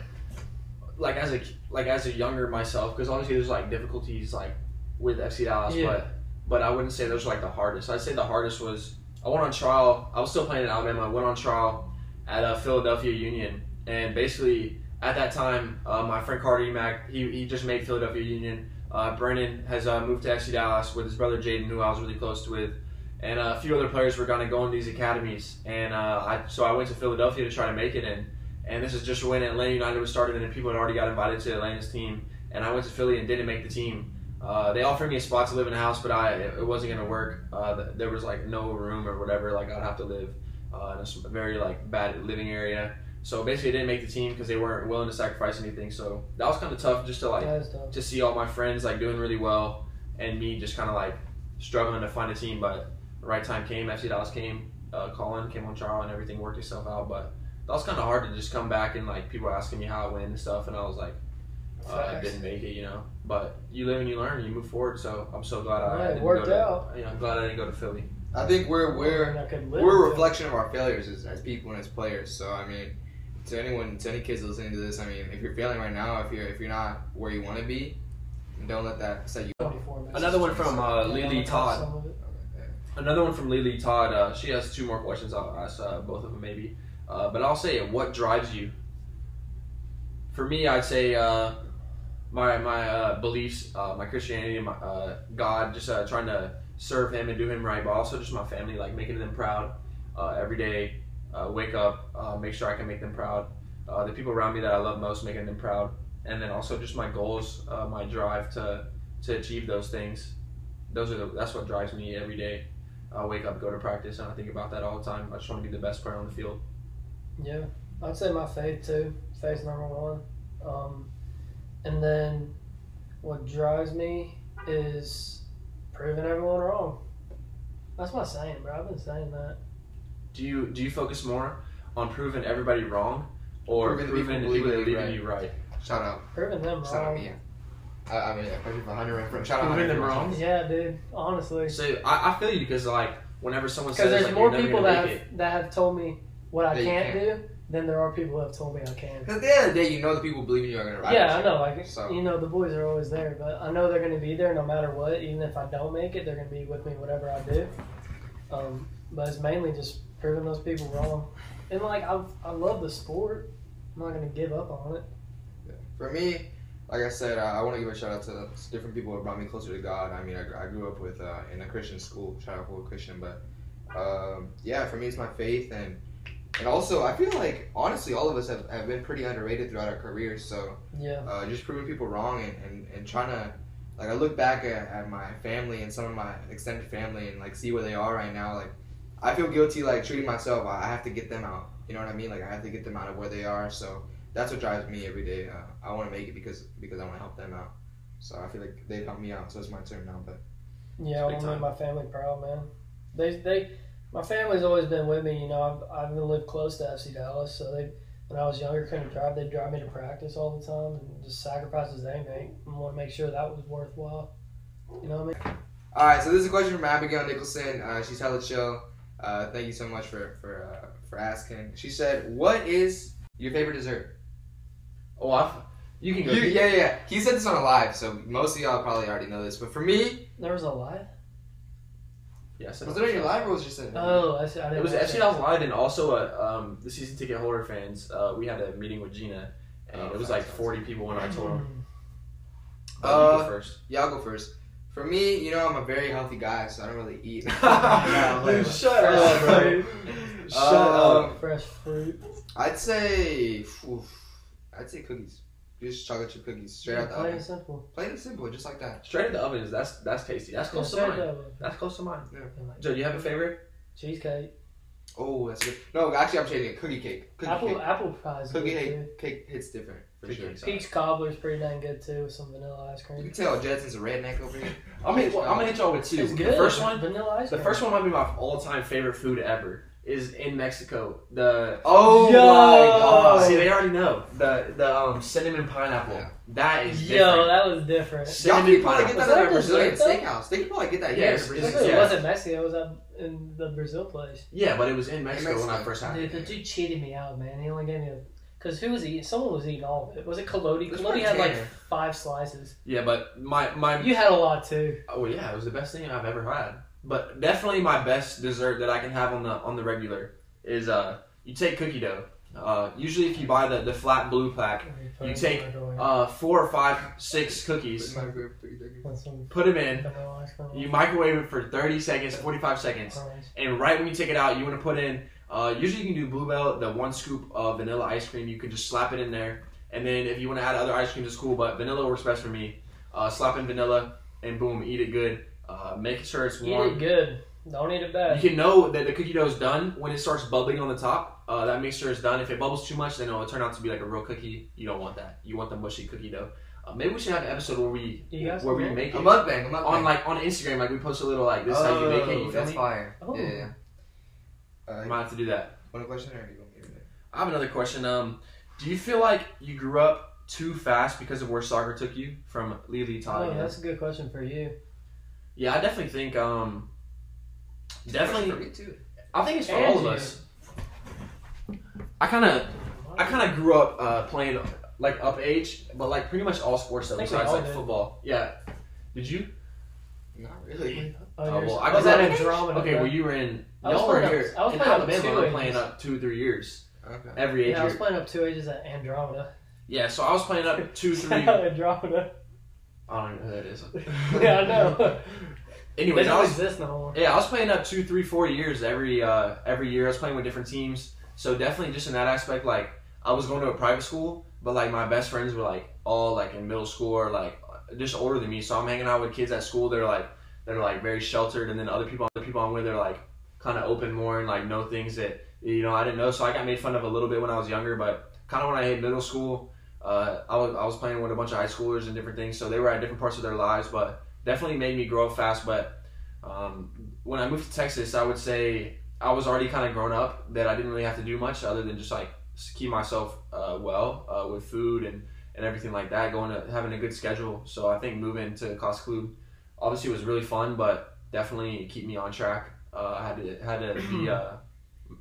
like as a like as a younger myself, because obviously there's like difficulties like with FC Dallas,
Yeah.
but but I wouldn't say those are like the hardest. I'd say the hardest was I went on trial. I was still playing in Alabama. I went on trial at uh, Philadelphia Union, and basically at that time, uh, my friend Carter Emack, he he just made Philadelphia Union. Uh, Brennan has uh, moved to FC Dallas with his brother Jaden, who I was really close with. And uh, a few other players were gonna go in these academies, and uh, I so I went to Philadelphia to try to make it, and and this is just when Atlanta United was started, and then people had already got invited to Atlanta's team, and I went to Philly and didn't make the team. Uh, they offered me a spot to live in a house, but I it wasn't gonna work. Uh, th- there was like no room or whatever. Like I'd have to live uh, in a s- very like bad living area. So basically, I didn't make the team because they weren't willing to sacrifice anything. So that was kind of tough, just to like
that was tough.
to see all my friends like doing really well and me just kind of like struggling to find a team but the right time came FC Dallas came uh, Colin came on trial and everything worked itself out but that was kind of hard to just come back and like people were asking me how I went and stuff and I was like uh, I
Facts.
didn't make it you know but you live and you learn you move forward so I'm so glad I
Yeah, it
didn't
worked
go to,
out.
you know, I'm glad I didn't go to Philly
I think we're we're
I couldn't live
we're a
with it.
reflection of our failures as, as people and as players. So I mean, to anyone, to any kids listening to this, I mean, if you're failing right now, if you're if you're not where you want to be, don't let that set you.
Before me.
another one from uh, Lily Todd
Some of it.
Another one from Lily Todd. Uh, she has two more questions. I'll ask uh, both of them maybe. Uh, but I'll say, what drives you? For me, I'd say uh, my my uh, beliefs, uh, my Christianity, my uh, God, just uh, trying to serve Him and do Him right, but also just my family, like making them proud uh, every day. Uh, wake up, uh, make sure I can make them proud. Uh, the people around me that I love most, making them proud, and then also just my goals, uh, my drive to to achieve those things. Those are the, that's what drives me every day. I wake up, go to practice, and I think about that all the time. I just want to be the best player on the field.
Yeah, I'd say my faith too. Faith number one, um, and then what drives me is proving everyone wrong. That's my saying, bro. I've been saying that.
Do you do you focus more on proving everybody wrong or
Proving
proving,
the people
the people that are
believing
leaving
you right.
you right?
Shout out.
Proving them
Shout out
wrong.
Mia. I, I mean, especially for Hunter Renfro. Shout out
Proving
Hunter
them
Renfro.
wrong?
Yeah, dude. Honestly,
So I, I feel you because like whenever someone
because
says
there's
like,
more
you're never
people
gonna
that
make it,
have, that have told me what I
That you
can't, do than there are people that have told me I can.
Because at the end of the day, you know the people believing you are going to ride
Yeah, I
with you.
know. Like
So-
you know, the boys are always there, but I know they're going to be there no matter what. Even if I don't make it, they're going to be with me whatever I do. Um, but it's mainly just proving those people wrong. And like I, I love the sport. I'm not going to give up on it.
For me, like I said, I, I want to give a shout out to different people who brought me closer to God. I mean, I, gr- I grew up with uh, in a Christian school. Shout out to a Christian, but um, yeah, for me, it's my faith and. And also, I feel like honestly, all of us have, have been pretty underrated throughout our careers. So
Yeah,
uh, just proving people wrong and, and, and trying to like I look back at, at my family and some of my extended family and like see where they are right now. Like I feel guilty like treating myself. I I have to get them out. You know what I mean? Like I have to get them out of where they are. So that's what drives me every day. Uh, I want to make it because because I want to help them out. So I feel like they helped me out. So it's my turn now. But
yeah. I
big
want to make
time.
my family proud, man. They, they, my family's always been with me. You know, I've I've lived close to FC Dallas, so they. When I was younger, couldn't drive. They'd drive me to practice all the time, and just sacrifices they make. and want to make sure that was worthwhile. You know what I mean?
all right. So this is a question from Abigail Nicholson. Uh, she's hella chill. Uh, thank you so much for for uh, for asking. She said, "What is your favorite dessert?"
Oh, I, f- you can go.
You, yeah, yeah, yeah. He said this on a live, so most of y'all probably already know this. But for me,
There was a live.
yeah. So
was it on your live or was it just a
Oh, I see. I didn't
It was
watch
actually I was live and also uh um, the season ticket holder fans. Uh, we had a meeting with Gina, and
Oh,
it was
that
like
sounds-
40 people when I told them.
Uh,
Uh, you go first.
Y'all go first. For me, you know, I'm a very healthy guy, so I don't really eat.
Dude, shut up, bro.
Shut
Uh,
up.
Mm-hmm. Fresh fruit.
Um, I'd say, oof, I'd say cookies. Just chocolate chip cookies, straight out the
Plain and
oven.
simple.
Plain and simple, just like that.
Straight in the oven is that's that's tasty. That's close
Yeah,
to mine.
straight up.
That's close to mine.
And like
Joe, do you have a favorite?
Cheesecake.
Oh, that's good. No, actually, I'm changing it. Cookie cake. Cookie
apple
cake.
apple pies.
Cookie
good,
cake.
too.
Cake hits different for
Cookie
sure.
cakes.
Peach cobbler's pretty dang good too with some vanilla ice
You
cream.
can tell Jetson's a redneck over here.
I'm gonna, well, I'm gonna hit y'all with two.
It's good.
The first one,
Vanilla ice
the
cream.
first one might be my all-time favorite food ever. Is in Mexico. The
Oh
Yo.
my god.
see, they already know the the um, cinnamon pineapple.
Yeah.
That is
Yo,
different.
that was different.
Y'all
cinnamon
can probably get
pineapple.
that at
Was that
a
a
Brazilian
dessert, though?
steakhouse. They can probably get that here.
Yeah,
at a
it's-
Brazilian
it's-
It
yeah.
wasn't Mexico. It was up in the Brazil place.
Yeah, but it was in Mexico, when I
Mexico.
first had
Dude,
it.
the dude cheated me out, man. He only gave me a. Cause who was eating? Someone was eating all of it. Was it Colodi?
It's
Colodi had like
Montana.
five slices.
Yeah, but my my
You had a lot too.
oh yeah, it was the best thing I've ever had. But definitely my best dessert that I can have on the on the regular is uh you take cookie dough. Uh, usually if you buy the the flat blue pack, You take, uh four or five six cookies,
With some
put them in.
vanilla ice cream.
You microwave it for 30 seconds, 45 seconds,
Alright.
and right when you take it out, you want to put in. Uh, usually you can do Bluebell, the one scoop of vanilla ice cream. You can just slap it in there, and then if you want to add other ice creams, it's cool. But vanilla works best for me. Uh, slap in vanilla, and boom, eat it good. Uh, make sure it's
Eat
warm.
it good. Don't eat it
You
bad.
can know that the cookie dough is done when it starts bubbling on the top. Uh, that mixture is done. If it bubbles too much, then it'll turn out to be like a real cookie. You don't want that. You want the mushy cookie dough. Uh, maybe we should have an episode where we
You guys
where we
can-
make
A
it
mukbang, a mukbang.
on like on Instagram. Like we post a little like this is how you make it. You feel
that's
me?
fire.
Oh.
Yeah, yeah. yeah.
I
Uh,
might have to do that.
one question or you want me to do it?
I have another question. Um, do you feel like you grew up too fast because of where soccer took you from Lili
Oh,
Italia?
that's a good question for you.
yeah, I definitely think um,
For
definitely.
me too.
I think it's for all of
And
us. I kind of I kind of grew up uh, playing like up age, but like pretty much all sports though,
I think we
besides
all
like
did.
football. Yeah. Did you?
Not really.
Oh,
yours-
well,
I
I
was
grew
at
up-
Andromeda.
Okay,
bro.
well you were in.
I was
Y'all were
playing up-
here
I was
in
playing up
Alabama.
two
we were
ages.
playing up two or three years
Okay.
every age.
yeah, I was
year.
playing up two ages at Andromeda.
Yeah, so I was playing up two, three. I
Andromeda.
don't even know who that is.
Yeah, I know. They
Anyways, I
don't
was
exist no more.
yeah, I was playing up two, three, four years every uh, every year. I was playing with different teams, so definitely just in that aspect, like I was going to a private school, but like my best friends were like all like in middle school or like just older than me. So I'm hanging out with kids at school. They're like they're like very sheltered, and then other people, other people I'm with, they're like kind of open more and like know things that you know I didn't know. So I got made fun of a little bit when I was younger, but kind of when I hit middle school, uh, I was I was playing with a bunch of high schoolers and different things. So they were at different parts of their lives, but definitely made me grow up fast. But um, when I moved to Texas, I would say I was already kind of grown up that I didn't really have to do much other than just like s- keep myself uh, well uh, with food and, and everything like that, going to having a good schedule. So I think moving to Cost Club obviously was really fun, but definitely keep me on track. Uh, I had to had to be uh,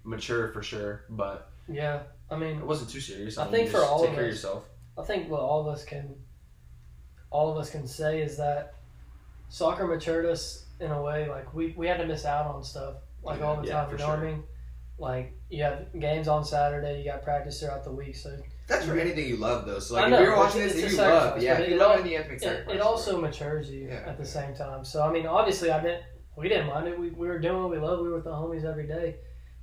mature for sure, but
Yeah, I mean,
it wasn't too serious.
I
mean,
think for
just
all
take
of
care of
us-
yourself.
I think what all of us can, all of us can say is that soccer matured us in a way. Like we, we had to miss out on stuff like all the
Yeah,
time.
for
You know what I mean? Like you have games on Saturday. You got practice throughout the week. So
That's for anything you love, though. So
I
like,
know,
if you're
but
watching
it's
this,
a
and you
sacrifice,
love, yeah.
but
If you
it
love
al-
it, then you have to make
it,
sacrifices.
it also matures you
Yeah.
at the same time. So I mean, obviously, I didn't. We didn't mind it. We, we were doing what we loved. We were with the homies every day.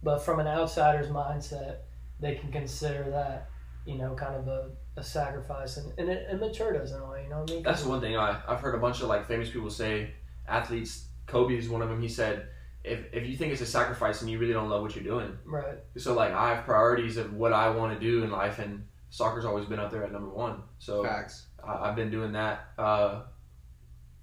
But from an outsider's mindset, they can consider that, you know, kind of a, a sacrifice, and, and it, it matured us in a way. You know what I mean?
That's the one thing I, I've heard a bunch of like famous people say. Athletes, Kobe is one of them. He said, "If if you think it's a sacrifice and you really don't love what you're doing,
right.
so like I have priorities of what I want to do in life, and soccer's always been up there at number one. So
facts.
I, I've been doing that uh,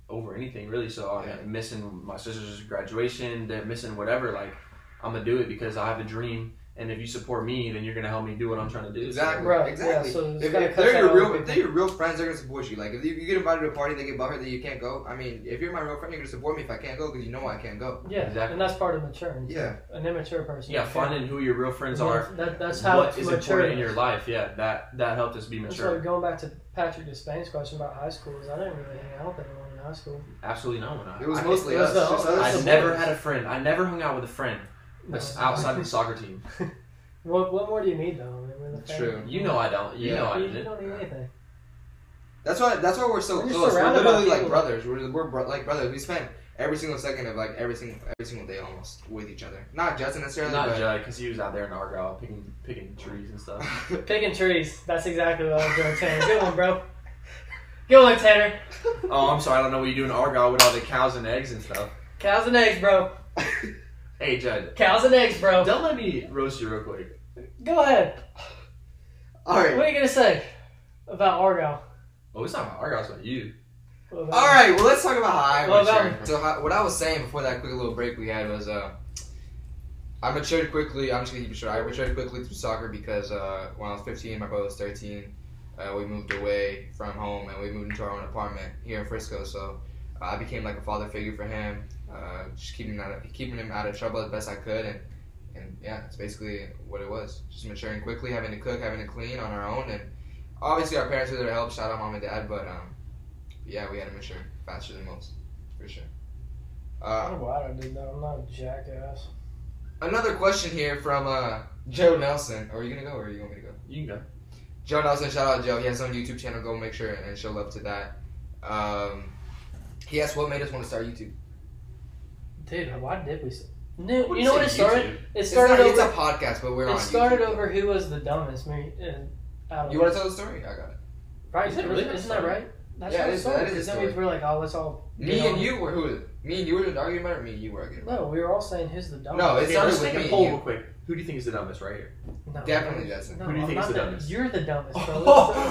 over anything really. So I'm
Yeah.
missing my sister's graduation, they're missing whatever. Like I'm gonna do it because I have a dream, and if you support me, then you're gonna help me do what I'm trying to do. So-
Exactly.
Right, yeah,
Exactly.
so it's
if,
gotta
if
cut
they're
that
your
out
real,
with
if they're your real friends, they're gonna support you. Like if you, you get invited to a party, they get butthurt that you can't go. I mean, if you're my real friend, you're gonna support me if I can't go because you know I can't go.
Yeah.
Exactly.
And that's part of maturing.
Yeah.
An immature person.
yeah, finding who your real friends are.
That, that's how
what
it's
is
matured
important in your life. Yeah, that that helped us be
And So
mature.
going back to Patrick Despain's question about high school, is I didn't really hang out with anyone in high school.
Absolutely no one. I-
It was
I,
mostly
it was
us.
the-
just us
I
us.
and
never
boys.
had a friend. I never hung out with a friend that's
No.
outside of the soccer team.
What, what more do you need though? I mean, we're the
It's
family.
true.
You know I don't. You
Yeah.
know I
You, you
didn't.
don't need anything.
That's why. That's why we're so
You're
close. We're
surrounded by
literally like
people.
brothers. We're, we're bro- like brothers. We spend every single second of like every single every single day almost with each other. Not Justin necessarily,
Not
but
Judd because he was out there in Argyle picking picking trees and stuff.
Picking trees. That's exactly what I was doing, Tanner. Good one, bro. Good one, Tanner.
oh, I'm sorry. I don't know what you do in Argyle with all the cows and eggs and stuff.
Cows and eggs, bro.
Hey Judd,
Cows and eggs, bro.
don't let me roast you real quick.
Go ahead.
all
What
right,
are you gonna say about Argo?
Oh, it's not about Argyle. It's about you.
What about-
all right. Well, let's talk about how I
Well,
matured. So how, what I was saying before that quick little break we had was uh, I matured quickly. I'm just gonna keep it short. I matured quickly through soccer because uh, when I was 15, my brother was 13. Uh, we moved away from home and we moved into our own apartment here in Frisco. So uh, I became like a father figure for him, uh, just keeping him out of, keeping him out of trouble as best I could and. and yeah, it's basically what it was. Just maturing quickly, having to cook, having to clean on our own, and obviously our parents were there to help. Shout out mom and dad, but um, yeah, we had to mature faster than most, for sure.
I
Uh,
don't know why I did that. I'm not a jackass.
another question here from uh, Joe Nelson. Are you gonna go or are you want me to go?
You can go.
Joe Nelson, shout out Joe. He has his own YouTube channel. Go make sure and show love to that. Um, he asked what made us want to start YouTube.
Dude, why did we? s- No,
What do
you
you
know
say
what it
to
started?
YouTube?
It
It's,
started
not, it's
over.
a podcast, but we're on.
it started
YouTube.
over who was the dumbest. Me, and out of
You want to tell the story? I got it.
right?
Is it
Isn't,
really?
isn't that right? That's
Yeah,
how
it
it
is-
started.
that is
Because
the
then we
story.
were like, oh, let's all.
Me
get
and
on.
you were who? Me and you were arguing about it. Or me and you were arguing. About
No, we were all saying who's the dumbest.
No, it
Okay,
started
let's
with
take
me
a
and
poll
you.
real quick. Who do you think is the dumbest right here?
No,
Definitely Justin.
No,
Who do you
I'm
think is
not
the dumbest?
You're the dumbest, bro. It's,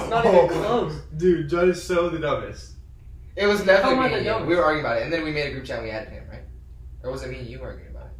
it's not even close.
Dude, Judd is so the dumbest.
It was
How
definitely
am I
me and
the
you.
dumbest?
We were arguing about it, and then we made a group chat. and We added him, right? Or was it me and you arguing about it?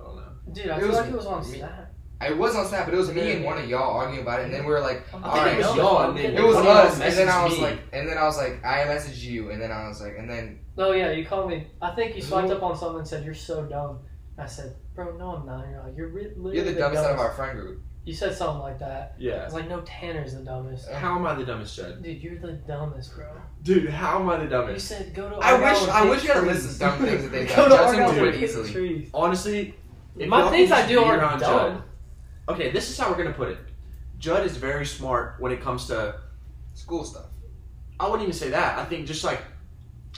Oh no.
Dude, I
It
feel
was
like it was on
me.
Snap.
I was on Snap, but it was me and one of y'all arguing about it, and then we were like,
I'm
all
thinking
right,
It was
no.
y'all. and then
it was
one of y'all
us, and then I
messaged
was
me.
like, and then I was like, I messaged you, and then I was like, and then
Oh yeah, you called me. I think you
Who-
swiped up on something and said you're so dumb. I said, bro, no, I'm not. You're like, you're re- literally
you're the dumbest out of our Um, friend group.
You said something like that. I
yeah.
was like, no, Tanner's the dumbest.
How am I the dumbest, Judd?
Dude, you're the dumbest, bro.
Dude, how am I the
You
dumbest?
said go to.
I
Argyle
wish,
and
I
pick
wish you had a
trees."
list of dumb things that they
Go
done.
to
Justin
Argyle
would do
and
it
pick the
easily.
trees.
Honestly, if
My
y'all
things
can
I
just
do
be
are
around
dumb.
Judd- Okay, this is how we're gonna put it. Judd is very smart when it comes to.
School stuff.
I wouldn't even say that. I think just like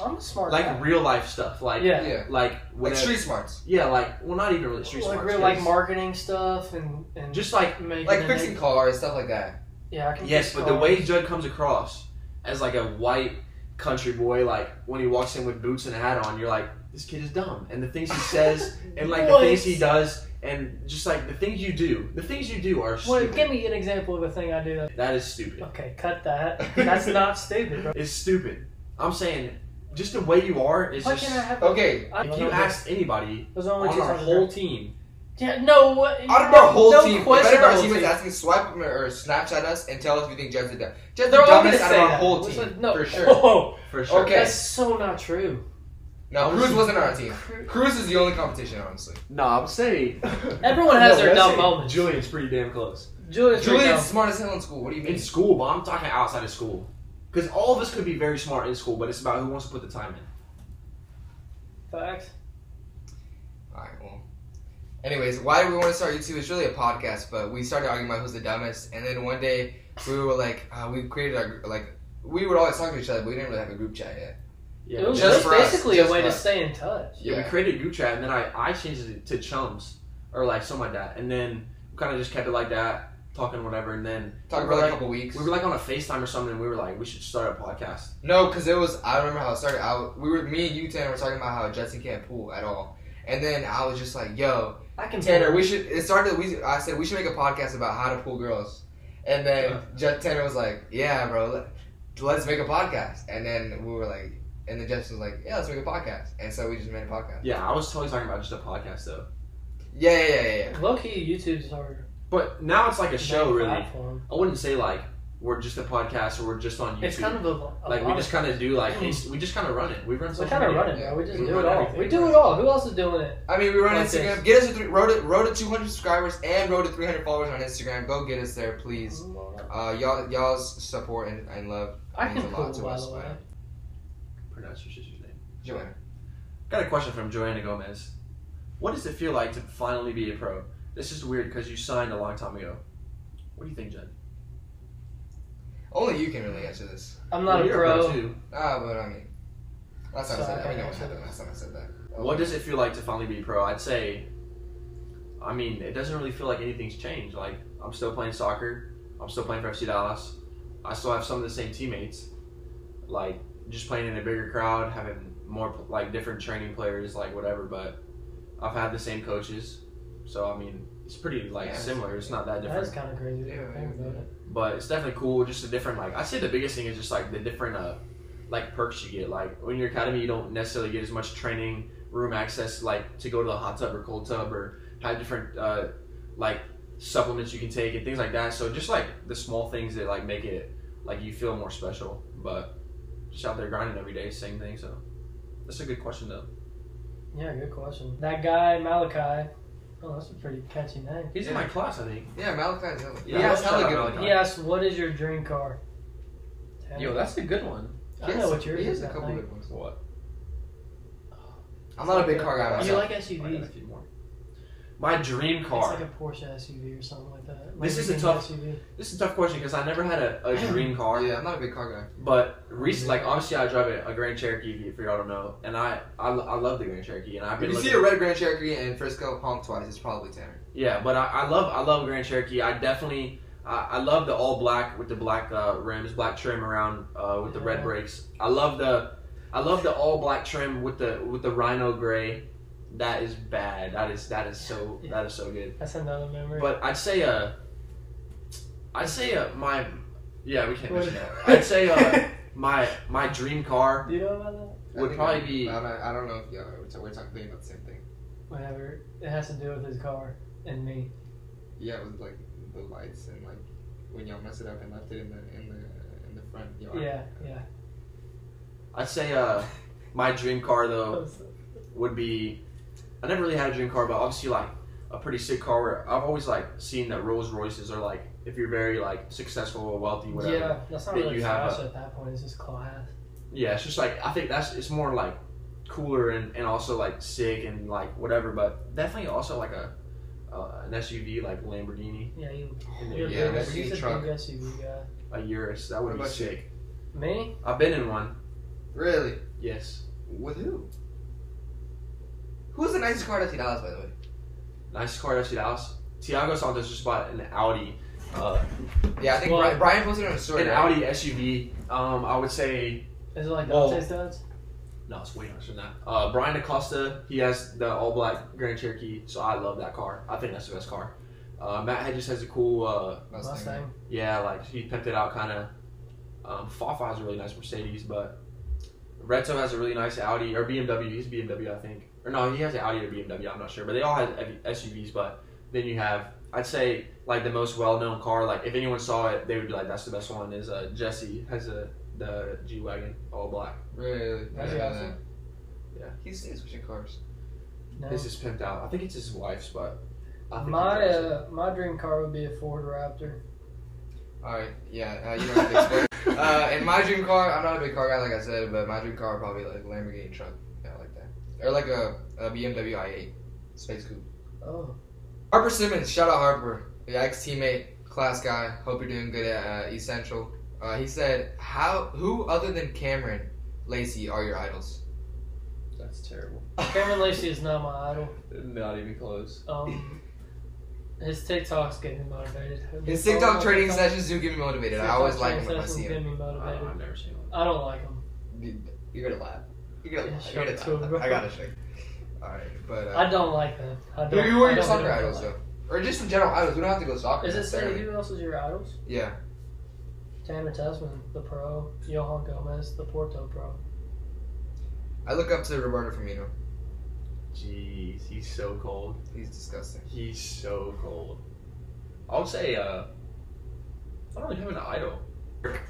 I'm a smart guy.
like real life stuff, like
Yeah.
Yeah.
like when
Like street smarts.
yeah, like well, not even really street
like
smarts,
real
but
like
it's
marketing stuff and and
just like
making
Like
an
fixing
egg-
cars, stuff like that.
yeah, I can
yes,
fix
but the
cars.
way Judd comes across as like a white country boy, like when he walks in with boots and a hat on, you're like, this kid is dumb, and the things he says, and like the
What?
things he does, and just like the things you do, the things you do are
Well,
stupid.
give me an example of a thing I do. that-
that is stupid.
Okay, cut that. That's not stupid, bro.
It's stupid. I'm saying, just the way you are is
Why
just.
can't I have? Oh,
Okay.
I-
if you asked anybody
There's only
on
two
our
times-
whole team,
Yeah, no. What?
Out of our whole
no
team, if any
question.
of our
the whole
team is
team.
asking, swipe or Snapchat us and tell us if you think Jed's the dumb. Jed's the
They're all gonna
dumbest
say
out of our
that.
whole
It's
team.
like, no,
for sure.
Whoa,
for sure.
Okay.
that's so not true.
No, Cruz wasn't on our team.
Cru-
Cruz is the only competition, honestly.
No, I'm saying
Everyone has their
but I'm
dumb
saying
moments.
Julian's pretty damn close.
Julian's right
Julian's
now.
smart as hell in school. What do you
in
mean?
school, but I'm talking outside of school. Because all of us could be very smart in school, but it's about who wants to put the time in.
Facts.
Alright, well. Anyways, why do we want to start YouTube? It's really a podcast, but we started arguing about who's the dumbest, and then one day we were like, uh, we created our gr- like we would always talk to each other, but we didn't really have a group chat yet.
Yeah,
it was
just
just
for us,
basically
just
a way
for
to
us.
stay in touch.
yeah, we created a group chat, and then I, I changed it to chums, or like something like that. And then we kind of just kept it like that, talking whatever. And then
talked
we
for
were
like a
like,
couple weeks.
we were like on a FaceTime or something, and we were like, we should start a podcast.
No, because it was. I remember how it started. I, w- we were me and you Tanner were talking about how Justin can't pool at all, and then I was just like, "Yo,
I can
Tanner, we should." It started. We I said we should make a podcast about how to pool girls, and then Ju- Tanner was like, "Yeah, bro, let, let's make a podcast." And then we were like, and then Justin was like, "Yeah, let's make a podcast," and so we just made a podcast.
Yeah, I was totally talking about just a podcast, though.
Yeah, yeah, yeah, yeah. yeah.
Low key, YouTube's our
But now it's like a show,
main
really. I
Platform.
wouldn't say like we're just a podcast or we're just on YouTube.
It's kind of a, a
like we
lot
just kind of do like it's- we just kind of run it. We run
We
social
kind of
media.
run it, bro. We just
We
do
run
it all.
everything.
We do it all. Who else is doing it?
I mean, we run
Like
Instagram.
this.
Get us a three, road to, road to 200 subscribers and road to 300 followers on Instagram. Go get us there, please. Uh, y'all, y'all's support and, and love
I
means
can
a lot
pool,
to
by
us.
the way.
man.
Pronounce your sister's name.
Joanna.
Got a question from Joanna Gomez. What does it feel like to finally be a pro? This is weird because you signed a long time ago. What do you think, Judd?
Only you can really answer this.
I'm not
You're
a pro.
too.
Ah, but I mean, last time I
Sorry,
said that, we
I
know what
answered
happened
it.
last time I said that.
What does it feel like to finally be a pro? I'd say, I mean, it doesn't really feel like anything's changed. Like I'm still playing soccer. I'm still playing for FC Dallas. I still have some of the same teammates. Like just playing in a bigger crowd, having more like different training players, like whatever. But I've had the same coaches, so I mean, it's pretty like
Yeah.
similar. It's not that different.
That is kind of crazy. to
Yeah,
think
yeah,
about it.
but it's definitely cool. Just a different like I'd say the biggest thing is just like the different uh like perks you get. Like when you're academy, you don't necessarily get as much training room access like to go to the hot tub or cold tub or have different uh like supplements you can take and things like that. So just like the small things that like make it like you feel more special. But just out there grinding every day, same thing. So that's a good question though.
Yeah, good question. That guy Malachi. Oh, that's a pretty catchy name.
He's in my class, I think.
Yeah, Malachi's hella.
Yeah,
Yeah, that's
shout
hella
out
good. on
Malachi.
that.
He asked, "What is your dream car?" Damn.
Yo, that's a good one.
I know what yours
He
is.
has a
I
couple
think.
good ones.
What?
I'm not a big car guy
You
myself.
like
I got a
SUVs?
few more. My dream car.
It's like a Porsche SUV or something like that.
This is a
Lamborghini
tough-
SUV.
This is a tough question because I never had a, a dream car.
yeah, Mm-hmm. I'm not a big car guy.
But recently, like obviously, I drive a, a Grand Cherokee. If y'all don't know, and I, I, lo- I love the Grand Cherokee, and I've
If
been
you
looking,
see a red Grand Cherokee and Frisco honk twice, it's probably Tanner.
yeah. But I, I love I love Grand Cherokee. I definitely I, I love the all black with the black uh, rims, black trim around uh, with the red
Yeah.
brakes. I love the I love the all black trim with the with the rhino gray. That is bad. That is that is so that is so good.
That's another memory.
But I'd say uh, I'd say uh, my yeah we can't
What?
mention that. I'd say uh, my my dream car
Do you know about that?
I
would
think
probably
I'm-
be
I'm not- I don't know if y'all are, so we're talking about the same thing.
Whatever. It has to do with his car and me.
Yeah, with like the lights and like when y'all mess it up and left it in the in the in the front yard.
Yeah, yeah.
I'd say uh, my dream car though would be I never really had a dream car, but obviously like a pretty sick car. Where I've always like seen that Rolls Royces are like if you're very like successful or wealthy, whatever.
Yeah, that's not
That
really
you have
trash at that point. It's just class.
yeah, it's just like I think that's it's more like cooler and, and also like sick and like whatever, but definitely also like a, uh, an SUV like Lamborghini,
Yeah, you.
and
You're
then,
Yeah,
a big,
that's
you
a
should
truck.
big SUV guy.
a Urus. That
What
would be
about you?
sick.
Me?
I've been in one.
Really?
Yes,
With who? Who's the nicest car at $2, by the way?
nice car. Actually, Dallas. Tiago Santos just bought an Audi. Uh,
Yeah, I think
Well-
Bri- Brian posted on his story.
an
right?
Audi SUV. Um, I would say
Is it like
Well-
Dante's dad's?
no, it's way nicer than that. Uh, Brian Acosta, he has the all black Grand Cherokee, so I love that car. I think that's the best car. Uh, Matt Hedges has a cool, uh,
Mustang.
Mustang.
yeah, like he pimped it out kind of. Um, Fafa has a really nice Mercedes, but Reto has a really nice Audi or BMW. He's BMW, I think, or no, he has an Audi or BMW. I'm not sure, but they all have SUVs. But then you have, I'd say, like the most well-known car. Like if anyone saw it, they would be like, "That's the best one." Is uh, Jesse has a the G wagon, all black.
Really?
That's
Yeah.
awesome.
Yeah.
He stays switching cars.
No.
His is pimped out. I think it's his wife's, but I think
My
it's his.
uh, my dream car would be a Ford Raptor.
Alright, yeah, uh, you don't have to explain. uh, in my dream car, I'm not a big car guy, like I said, but my dream car would probably like Lamborghini truck. Yeah, like that. Or like a, a BMW i8. Space coupe.
Oh,
Harper Simmons, shout out Harper, the ex teammate, class guy. Hope you're doing good at uh, East Central. Uh, he said, "How? Who other than Cameron Lacey are your idols?"
That's terrible.
Cameron Lacey is not my idol.
Not even close.
Um, his TikToks get me motivated.
His
Follow
TikTok
my
trading sessions do get me motivated. I
TikTok
always like him
trading
when I see
sessions
him. Uh,
Get me
I
motivated.
have never seen one.
I don't like him.
You're gonna laugh. You're gonna
Yeah,
laugh.
show
You're
it to him,
gonna
bro.
laugh. I gotta shake. All right, but uh,
I don't like them. I
who,
don't.
who are
I
your
don't
soccer
really
idols
like
though, or just in general idols? We don't have to go
them.
soccer.
Is it saying
necessarily.
who else is your idols?
Yeah.
Tanner Tasman, the pro. Johan Gomez, the Porto pro.
I look up to Roberto Firmino.
Jeez, he's so cold.
He's disgusting.
He's so cold. I would say, uh, I don't really have an idol.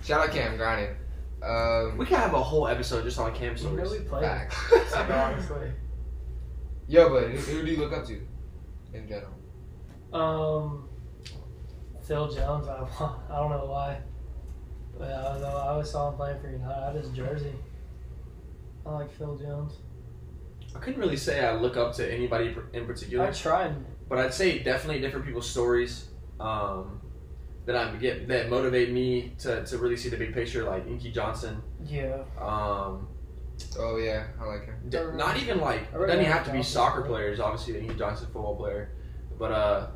Shout out Cam grinding. Um,
We could have a whole episode just on camp
You know we
stories.
played.
facts.
Like, honestly.
Yo, but who who do you look up to in general?
Um, Phil Jones. I want. I don't know why. But I don't know. I always saw him playing for United. I just jersey. I like Phil Jones.
I couldn't really say I look up to anybody pr- in
I
particular,
tried.
but I'd say definitely different people's stories um, that I get that motivate me to, to really see the big picture, like Inky Johnson.
Yeah.
Um,
Oh yeah, I like him.
D- not even like
I
it
really
doesn't
like
have to be
Johnson,
soccer
bro.
players. Obviously, he's a Johnson football player, but uh,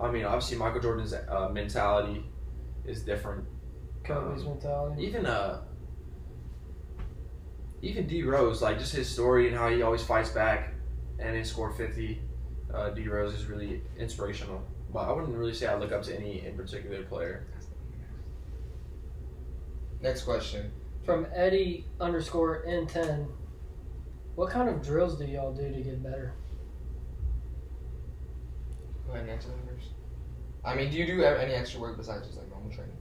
I mean, obviously Michael Jordan's uh, mentality is different.
Kobe's
Um,
mentality.
Even uh, even D Rose, like just his story and how he always fights back, and he scored fifty. Uh, D Rose is really inspirational, but I wouldn't really say I look up to any in particular player.
Next question.
From Eddie underscore N ten. What kind of drills do y'all do to get better?
Go ahead, next one first. I mean, do you do any extra work besides just like normal training?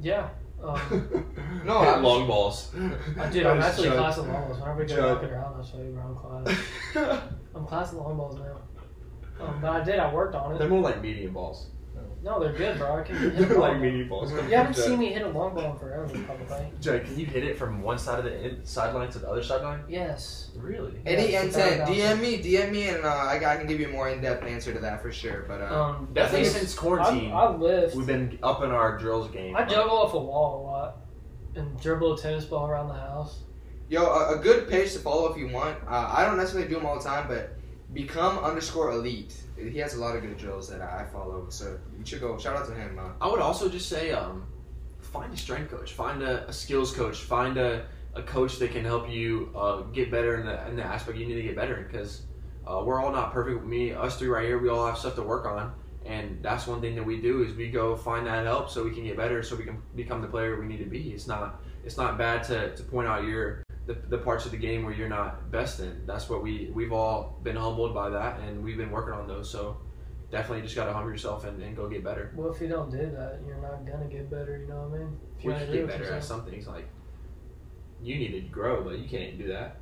Yeah. Um,
No,
Hit
I'm-
long balls.
dude, I'm actually
Joke.
class of long balls. Whenever we go
Joke.
walking around, I'll show you where I'm class. I'm class of long balls now. Um, but I did. I worked on
They're
it.
more like medium balls.
No, they're good, bro. I can hit
They're
the
like
ball.
mini balls.
You haven't seen me hit a long ball in forever, probably.
Joe, can you hit it from one side of the in- sideline to the other sideline?
Yes.
Really?
Any
Yeah, it's
intent?
about
DM me, DM me, and uh, I, I can give you a more in-depth answer to that for sure. But uh,
Um,
Definitely
I-
since quarantine,
I, I lift.
we've been up in our drills game.
I juggle off a wall a lot and dribble a tennis ball around the house.
yo, a, a good page to follow if you want. Uh, I don't necessarily do them all the time, but become underscore elite. He has a lot of good drills that I follow, so you should go. Shout out to him. Uh,
I would also just say, um, find a strength coach, find a, a skills coach, find a, a coach that can help you uh, get better in the, in the aspect you need to get better in because uh, we're all not perfect. Me, us three right here, we all have stuff to work on. And that's one thing that we do is we go find that help so we can get better, so we can become the player we need to be. It's not it's not bad to, to point out your the, the parts of the game where you're not best in. That's what we we've all been humbled by that, and we've been working on those. So definitely just gotta humble yourself and, and go get better
Well, if you don't do that, you're not gonna get better. You know what I mean? If you
we
don't
should
do
get
what
better
you're
at some things. Like, you need to grow, but you can't do that.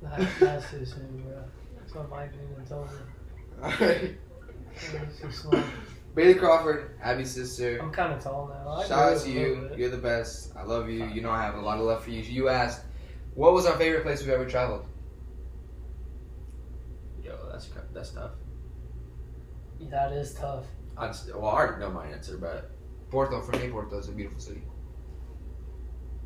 saying. That- That's too soon, bro. That's what Mike Newman told me.
all right,
It's just like-
Bailey Crawford, Abby's sister.
I'm kind of tall now. I
Shout out
grew
to
a little
you.
bit.
You're the best. I love you. You know I have a lot of love for you. You asked, what was our favorite place we've ever traveled?
Yo, that's cr- that's tough.
That is tough.
I'd, s- well, I already know my answer, but
Porto for me, Porto is a beautiful city.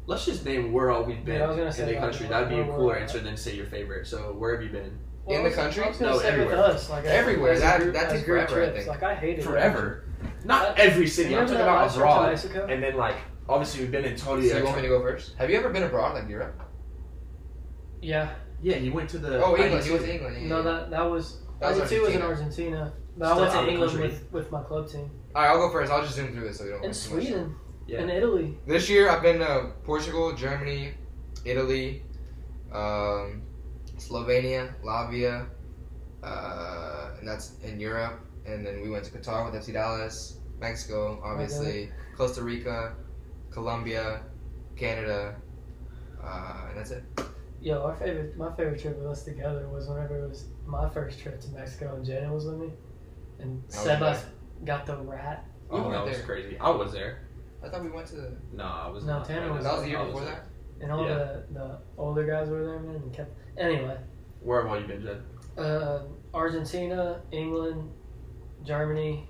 let's just name where all we've been
Yeah, I was gonna
in
say
the
that.
country. That'd be a
Where-
cooler
where-
answer than say your favorite. So where have you been?
In
I
the
was- I
country?
was gonna
No,
say
everywhere.
With us, like as-
Everywhere.
as a
That-
group-
that
as
takes
group
forever, I
trips.
think.
Like I hated
Forever. Not every
It.
city. I'm
Remember
talking
that last
about
trip to
abroad.
Mexico?
And then like obviously we've been in
So
Tokyo.
you want me to go first? Have you ever been abroad, like Europe?
Yeah.
Yeah, you went to the.
Oh,
I
England.
just-
You went to England. yeah,
No,
yeah.
that that was.
That was
I did too was in
Argentina.
Argentina. But I
Still
went
out
to
of
England
country.
with, with my club team.
All right, I'll go first. I'll just zoom through it so you don't.
In
waste too much time.
Sweden.
Yeah.
In Italy.
This year I've been to Portugal, Germany, Italy, um, Slovenia, Latvia, uh, and that's in Europe. And then we went to Qatar with FC Dallas, Mexico, obviously, Costa Rica, Colombia, Canada, uh, and that's it.
Yo, our favorite, my favorite trip of us together was whenever it was my first trip to Mexico and Jenna was with me, and
I wasn't
Sebas got the rat.
We
Oh,
weren't
that was
there.
crazy. I was there.
I thought we went to. The,
No, I was
No,
not.
Tanner
I
was-
that was the year
I
before
there.
that.
And all
Yeah.
the, the older guys were there, man. And kept anyway.
Where have all you been, Jed?
Uh, Argentina, England, Germany,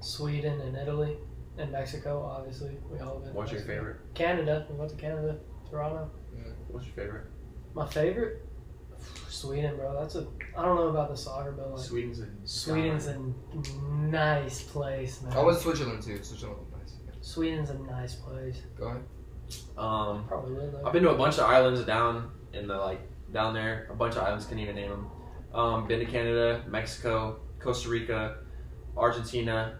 Sweden, and Italy, and Mexico. Obviously, we all been. to
What's your
Mexico.
favorite?
Canada. We went to Canada, Toronto.
What's your favorite?
My favorite, Sweden, bro. That's a. I don't know about the soccer, but like
Sweden's and
Sweden's a nice place, man.
I was Switzerland too. Switzerland was nice.
Sweden's a nice place.
Go ahead.
Um,
Probably would though.
I've been to a bunch of islands down in the like down there. A bunch of islands, couldn't even name them. Um, been to Canada, Mexico, Costa Rica, Argentina,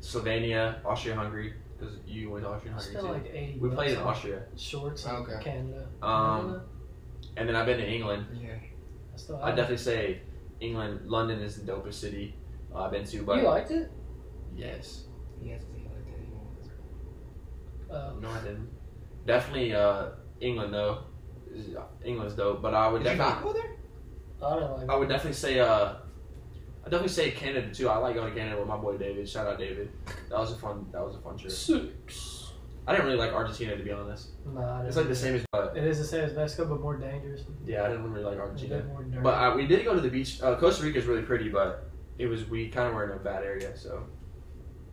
Slovenia, Austria, Hungary. Because you went to Austria, and
spent
Hungary.
like eighty.
too. We played in
bucks on
Austria,
shorts in
Okay.
Canada.
Um, and then I've been to England.
Yeah.
I still
I definitely say England, London is the dopest city uh, I've been to. But
you liked it?
yes,
Yes, he liked it. He wanted it.
Uh,
no, I didn't. Definitely uh, England though. uh, England's dope, but I would
Did you not go
definitely
there?
I don't like.
I would definitely say uh I definitely say Canada too. I like going to Canada with my boy David. Shout out David. That was a fun that was a fun trip.
Six.
I didn't really like Argentina to be honest.
Nah, it
It's
is-
like the same as uh,
It is the same as Mexico, but more dangerous.
yeah, I didn't really like
It's a bit
Argentina.
more dirty.
But uh, we did go to the beach. Uh, Costa Rica is really pretty, but it was we kind of were in a bad area, so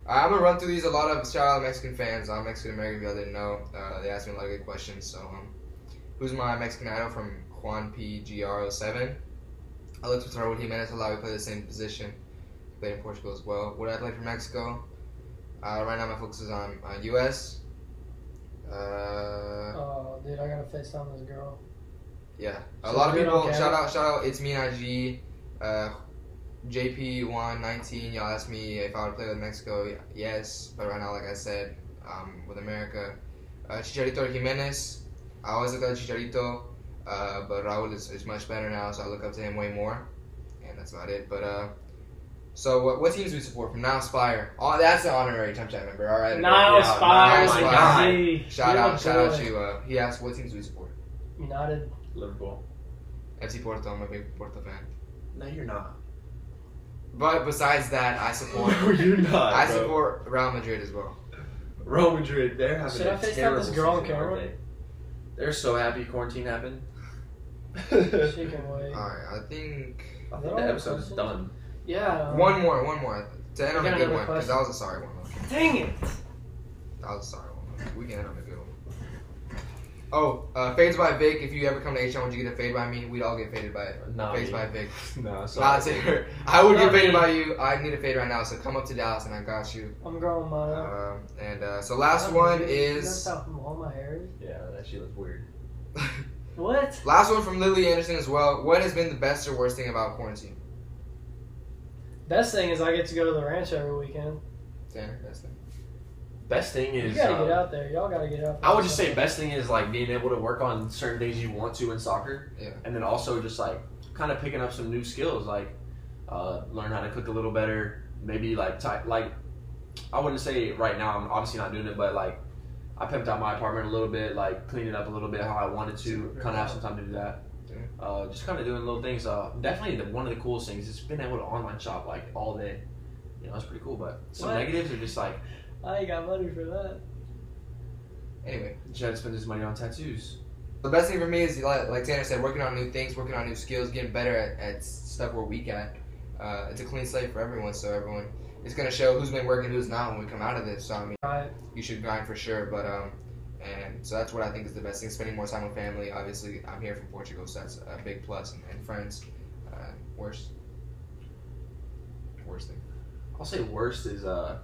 I'm gonna run through these. A lot of shout out Mexican fans. I'm Mexican American. If y'all didn't know, uh, they asked me a lot of good questions. So, um, who's my Mexican idol from Juan P. Gr. 07 I looked with Raúl Jiménez a lot. We play the same position. Played in Portugal as well. What I play for Mexico? Uh, right now, my focus is on uh, U.S. Uh,
Oh, dude, I gotta FaceTime this girl.
yeah, a
So
lot of
good
people.
on camera.
Shout out, shout out. It's me, IG. Uh, JP one nineteen. Y'all asked me if I would play with Mexico. Yes, but right now, like I said, um, with America, uh, Chicharito Jimenez. I always look up to Chicharito, uh, but Raúl is, is much better now, so I look up to him way more. And that's about it. But uh, so what, what teams do we support from Niles Fire? Oh, that's an honorary time chat member. All right.
Niles
Yeah, Fire.
Oh my
Fire.
God.
Shout out, shout out to. Uh, he asked what teams do we support.
United.
Liverpool.
FC Porto. I'm a big Porto fan.
No, you're not.
But besides that, I support.
No, you're not.
I
bro.
support Real Madrid as well.
Real Madrid. They're having
Should
a
I FaceTime
terrible
this girl on
season, aren't
camera?
they? They're so happy quarantine happened.
She can wait.
All right, I think
I
They're
think
all
the episode's
questions.
done.
Yeah. um,
one more, one more to end on
We
a
got
good
another
one because that
question.
was a sorry one.
Dang it.
That was a sorry one. We can end on a good one. Oh, uh, fades by Vic. If you ever come to H would you get a fade by me? We'd all get faded by it.
Oh,
Nah,
Fades
me.
by Vic.
No, sorry.
Nah, Taylor. I would get
Not
faded
me.
by you. I need a fade right now, so come up to Dallas and I got you.
I'm growing mine out.
Um, and uh, so last one
Uh-huh. That's
is
how long my hair is.
Yeah, that shit was weird.
What?
last one from Lily Anderson as well. What has been the best or worst thing about quarantine?
Best thing is I get to go to the ranch every weekend.
Tanner, best thing.
Best thing
You
is
gotta
uh,
get out there. Y'all gotta get out there.
I would just say best thing is like being able to work on certain things you want to in soccer,
Yeah.
and then also just like kind of picking up some new skills, like uh, learn how to cook a little better. Maybe like ty- like I wouldn't say right now I'm obviously not doing it, but like I pimped out my apartment a little bit, like cleaned it up a little bit how I wanted to, kind of have some time to do that.
Yeah.
Uh, just kind of doing little things. Uh, definitely the, one of the coolest things is being able to online shop like all day. You know, it's pretty cool. But some
What?
negatives are just like
I ain't got money for that.
Anyway.
Jed spends his money on tattoos.
The best thing for me is like, like Tanner said, working on new things, working on new skills, getting better at, at stuff we're weak at. Uh, uh, it's a clean slate for everyone. So everyone, it's gonna show who's been working, who's not when we come out of this. So I mean,
Right.
you should grind for sure. But um, and so that's what I think is the best thing: spending more time with family. Obviously, I'm here from Portugal, so that's a big plus. And, and friends, uh, worst, worst thing.
I'll say worst is uh,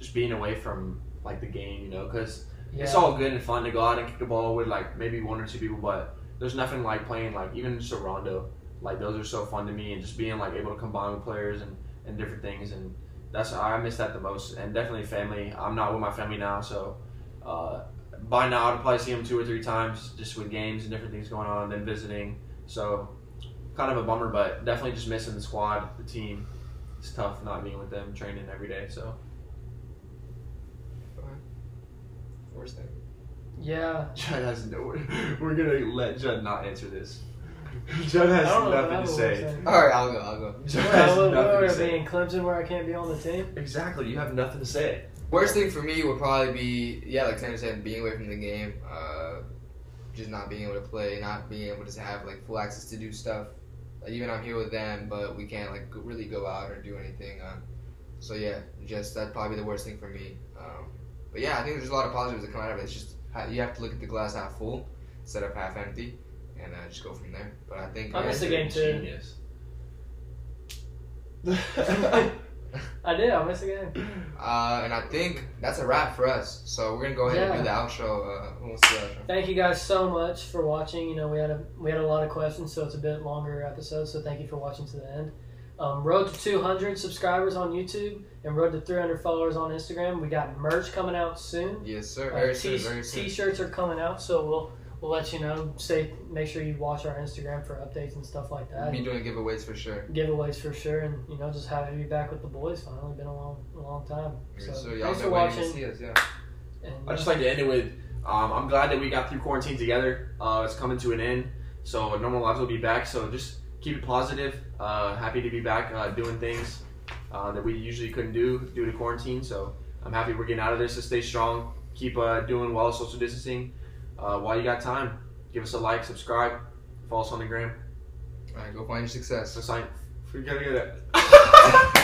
just being away from like the game, you know, because
Yeah.
it's all good and fun to go out and kick a ball with like maybe one or two people, but there's nothing like playing like even just a rondo. Like those are so fun to me, and just being like able to combine with players and and different things, and that's I miss that the most, and definitely family. I'm not with my family now, so. Uh, by now, I'd probably see them two or three times just with games and different things going on, and then visiting. So, kind of a bummer, but definitely just missing the squad, the team it's tough not being with them training every day. So
Worst thing.
yeah.
Judd has no. We're gonna let Judd not answer this. Judd
I
has
don't know what I
nothing to
would
say.
say.
All right, I'll go. I'll go.
Judd
Where I
has
would- where
nothing
would
to
I be in
say.
Clemson where I can't be on the team?
Exactly, you have nothing to say.
Worst thing for me would probably be yeah, like Tanner said, being away from the game, uh, just not being able to play, not being able to have like full access to do stuff. Like, even I'm here with them, but we can't like go- really go out or do anything. Um, so yeah, just that's probably the worst thing for me. Um, but yeah, I think there's a lot of positives that come out of it. It's just ha- you have to look at the glass half full instead of half empty, and uh, just go from there. But I think
I miss the game too.
Genius.
I did. I missed the game.
Uh, and I think that's a wrap for us. So we're gonna go ahead and do the outro. Uh, who wants to do the outro?
Thank you guys so much for watching. You know, we had a we had a lot of questions, so it's a bit longer episode. So thank you for watching to the end. Um, road to 200 subscribers on YouTube and road to 300 followers on Instagram. We got merch coming out soon.
Yes, sir.
Uh,
Very soon.
t-
Very soon.
t-shirts are coming out, so we'll we'll let you know. Stay, make sure you watch our Instagram for updates and stuff like
We'll
that.
be doing giveaways for sure.
Giveaways for sure, and you know, just happy to be back with the boys. Finally, been a long, a long time. So,
So, y'all
thanks for
been waiting to
watching.
see us, yeah.
And,
I just like to end it with. Um, I'm glad that we got through quarantine together. Uh, it's coming to an end, so normal lives will be back. So just keep it positive. Uh, happy to be back uh, doing things uh, that we usually couldn't do due to quarantine. So I'm happy we're getting out of this. So stay strong. Keep uh, doing well, social distancing. Uh, while you got time, give us a like, subscribe, follow us on the gram.
All right, go find your success.
So sign. We gotta get it.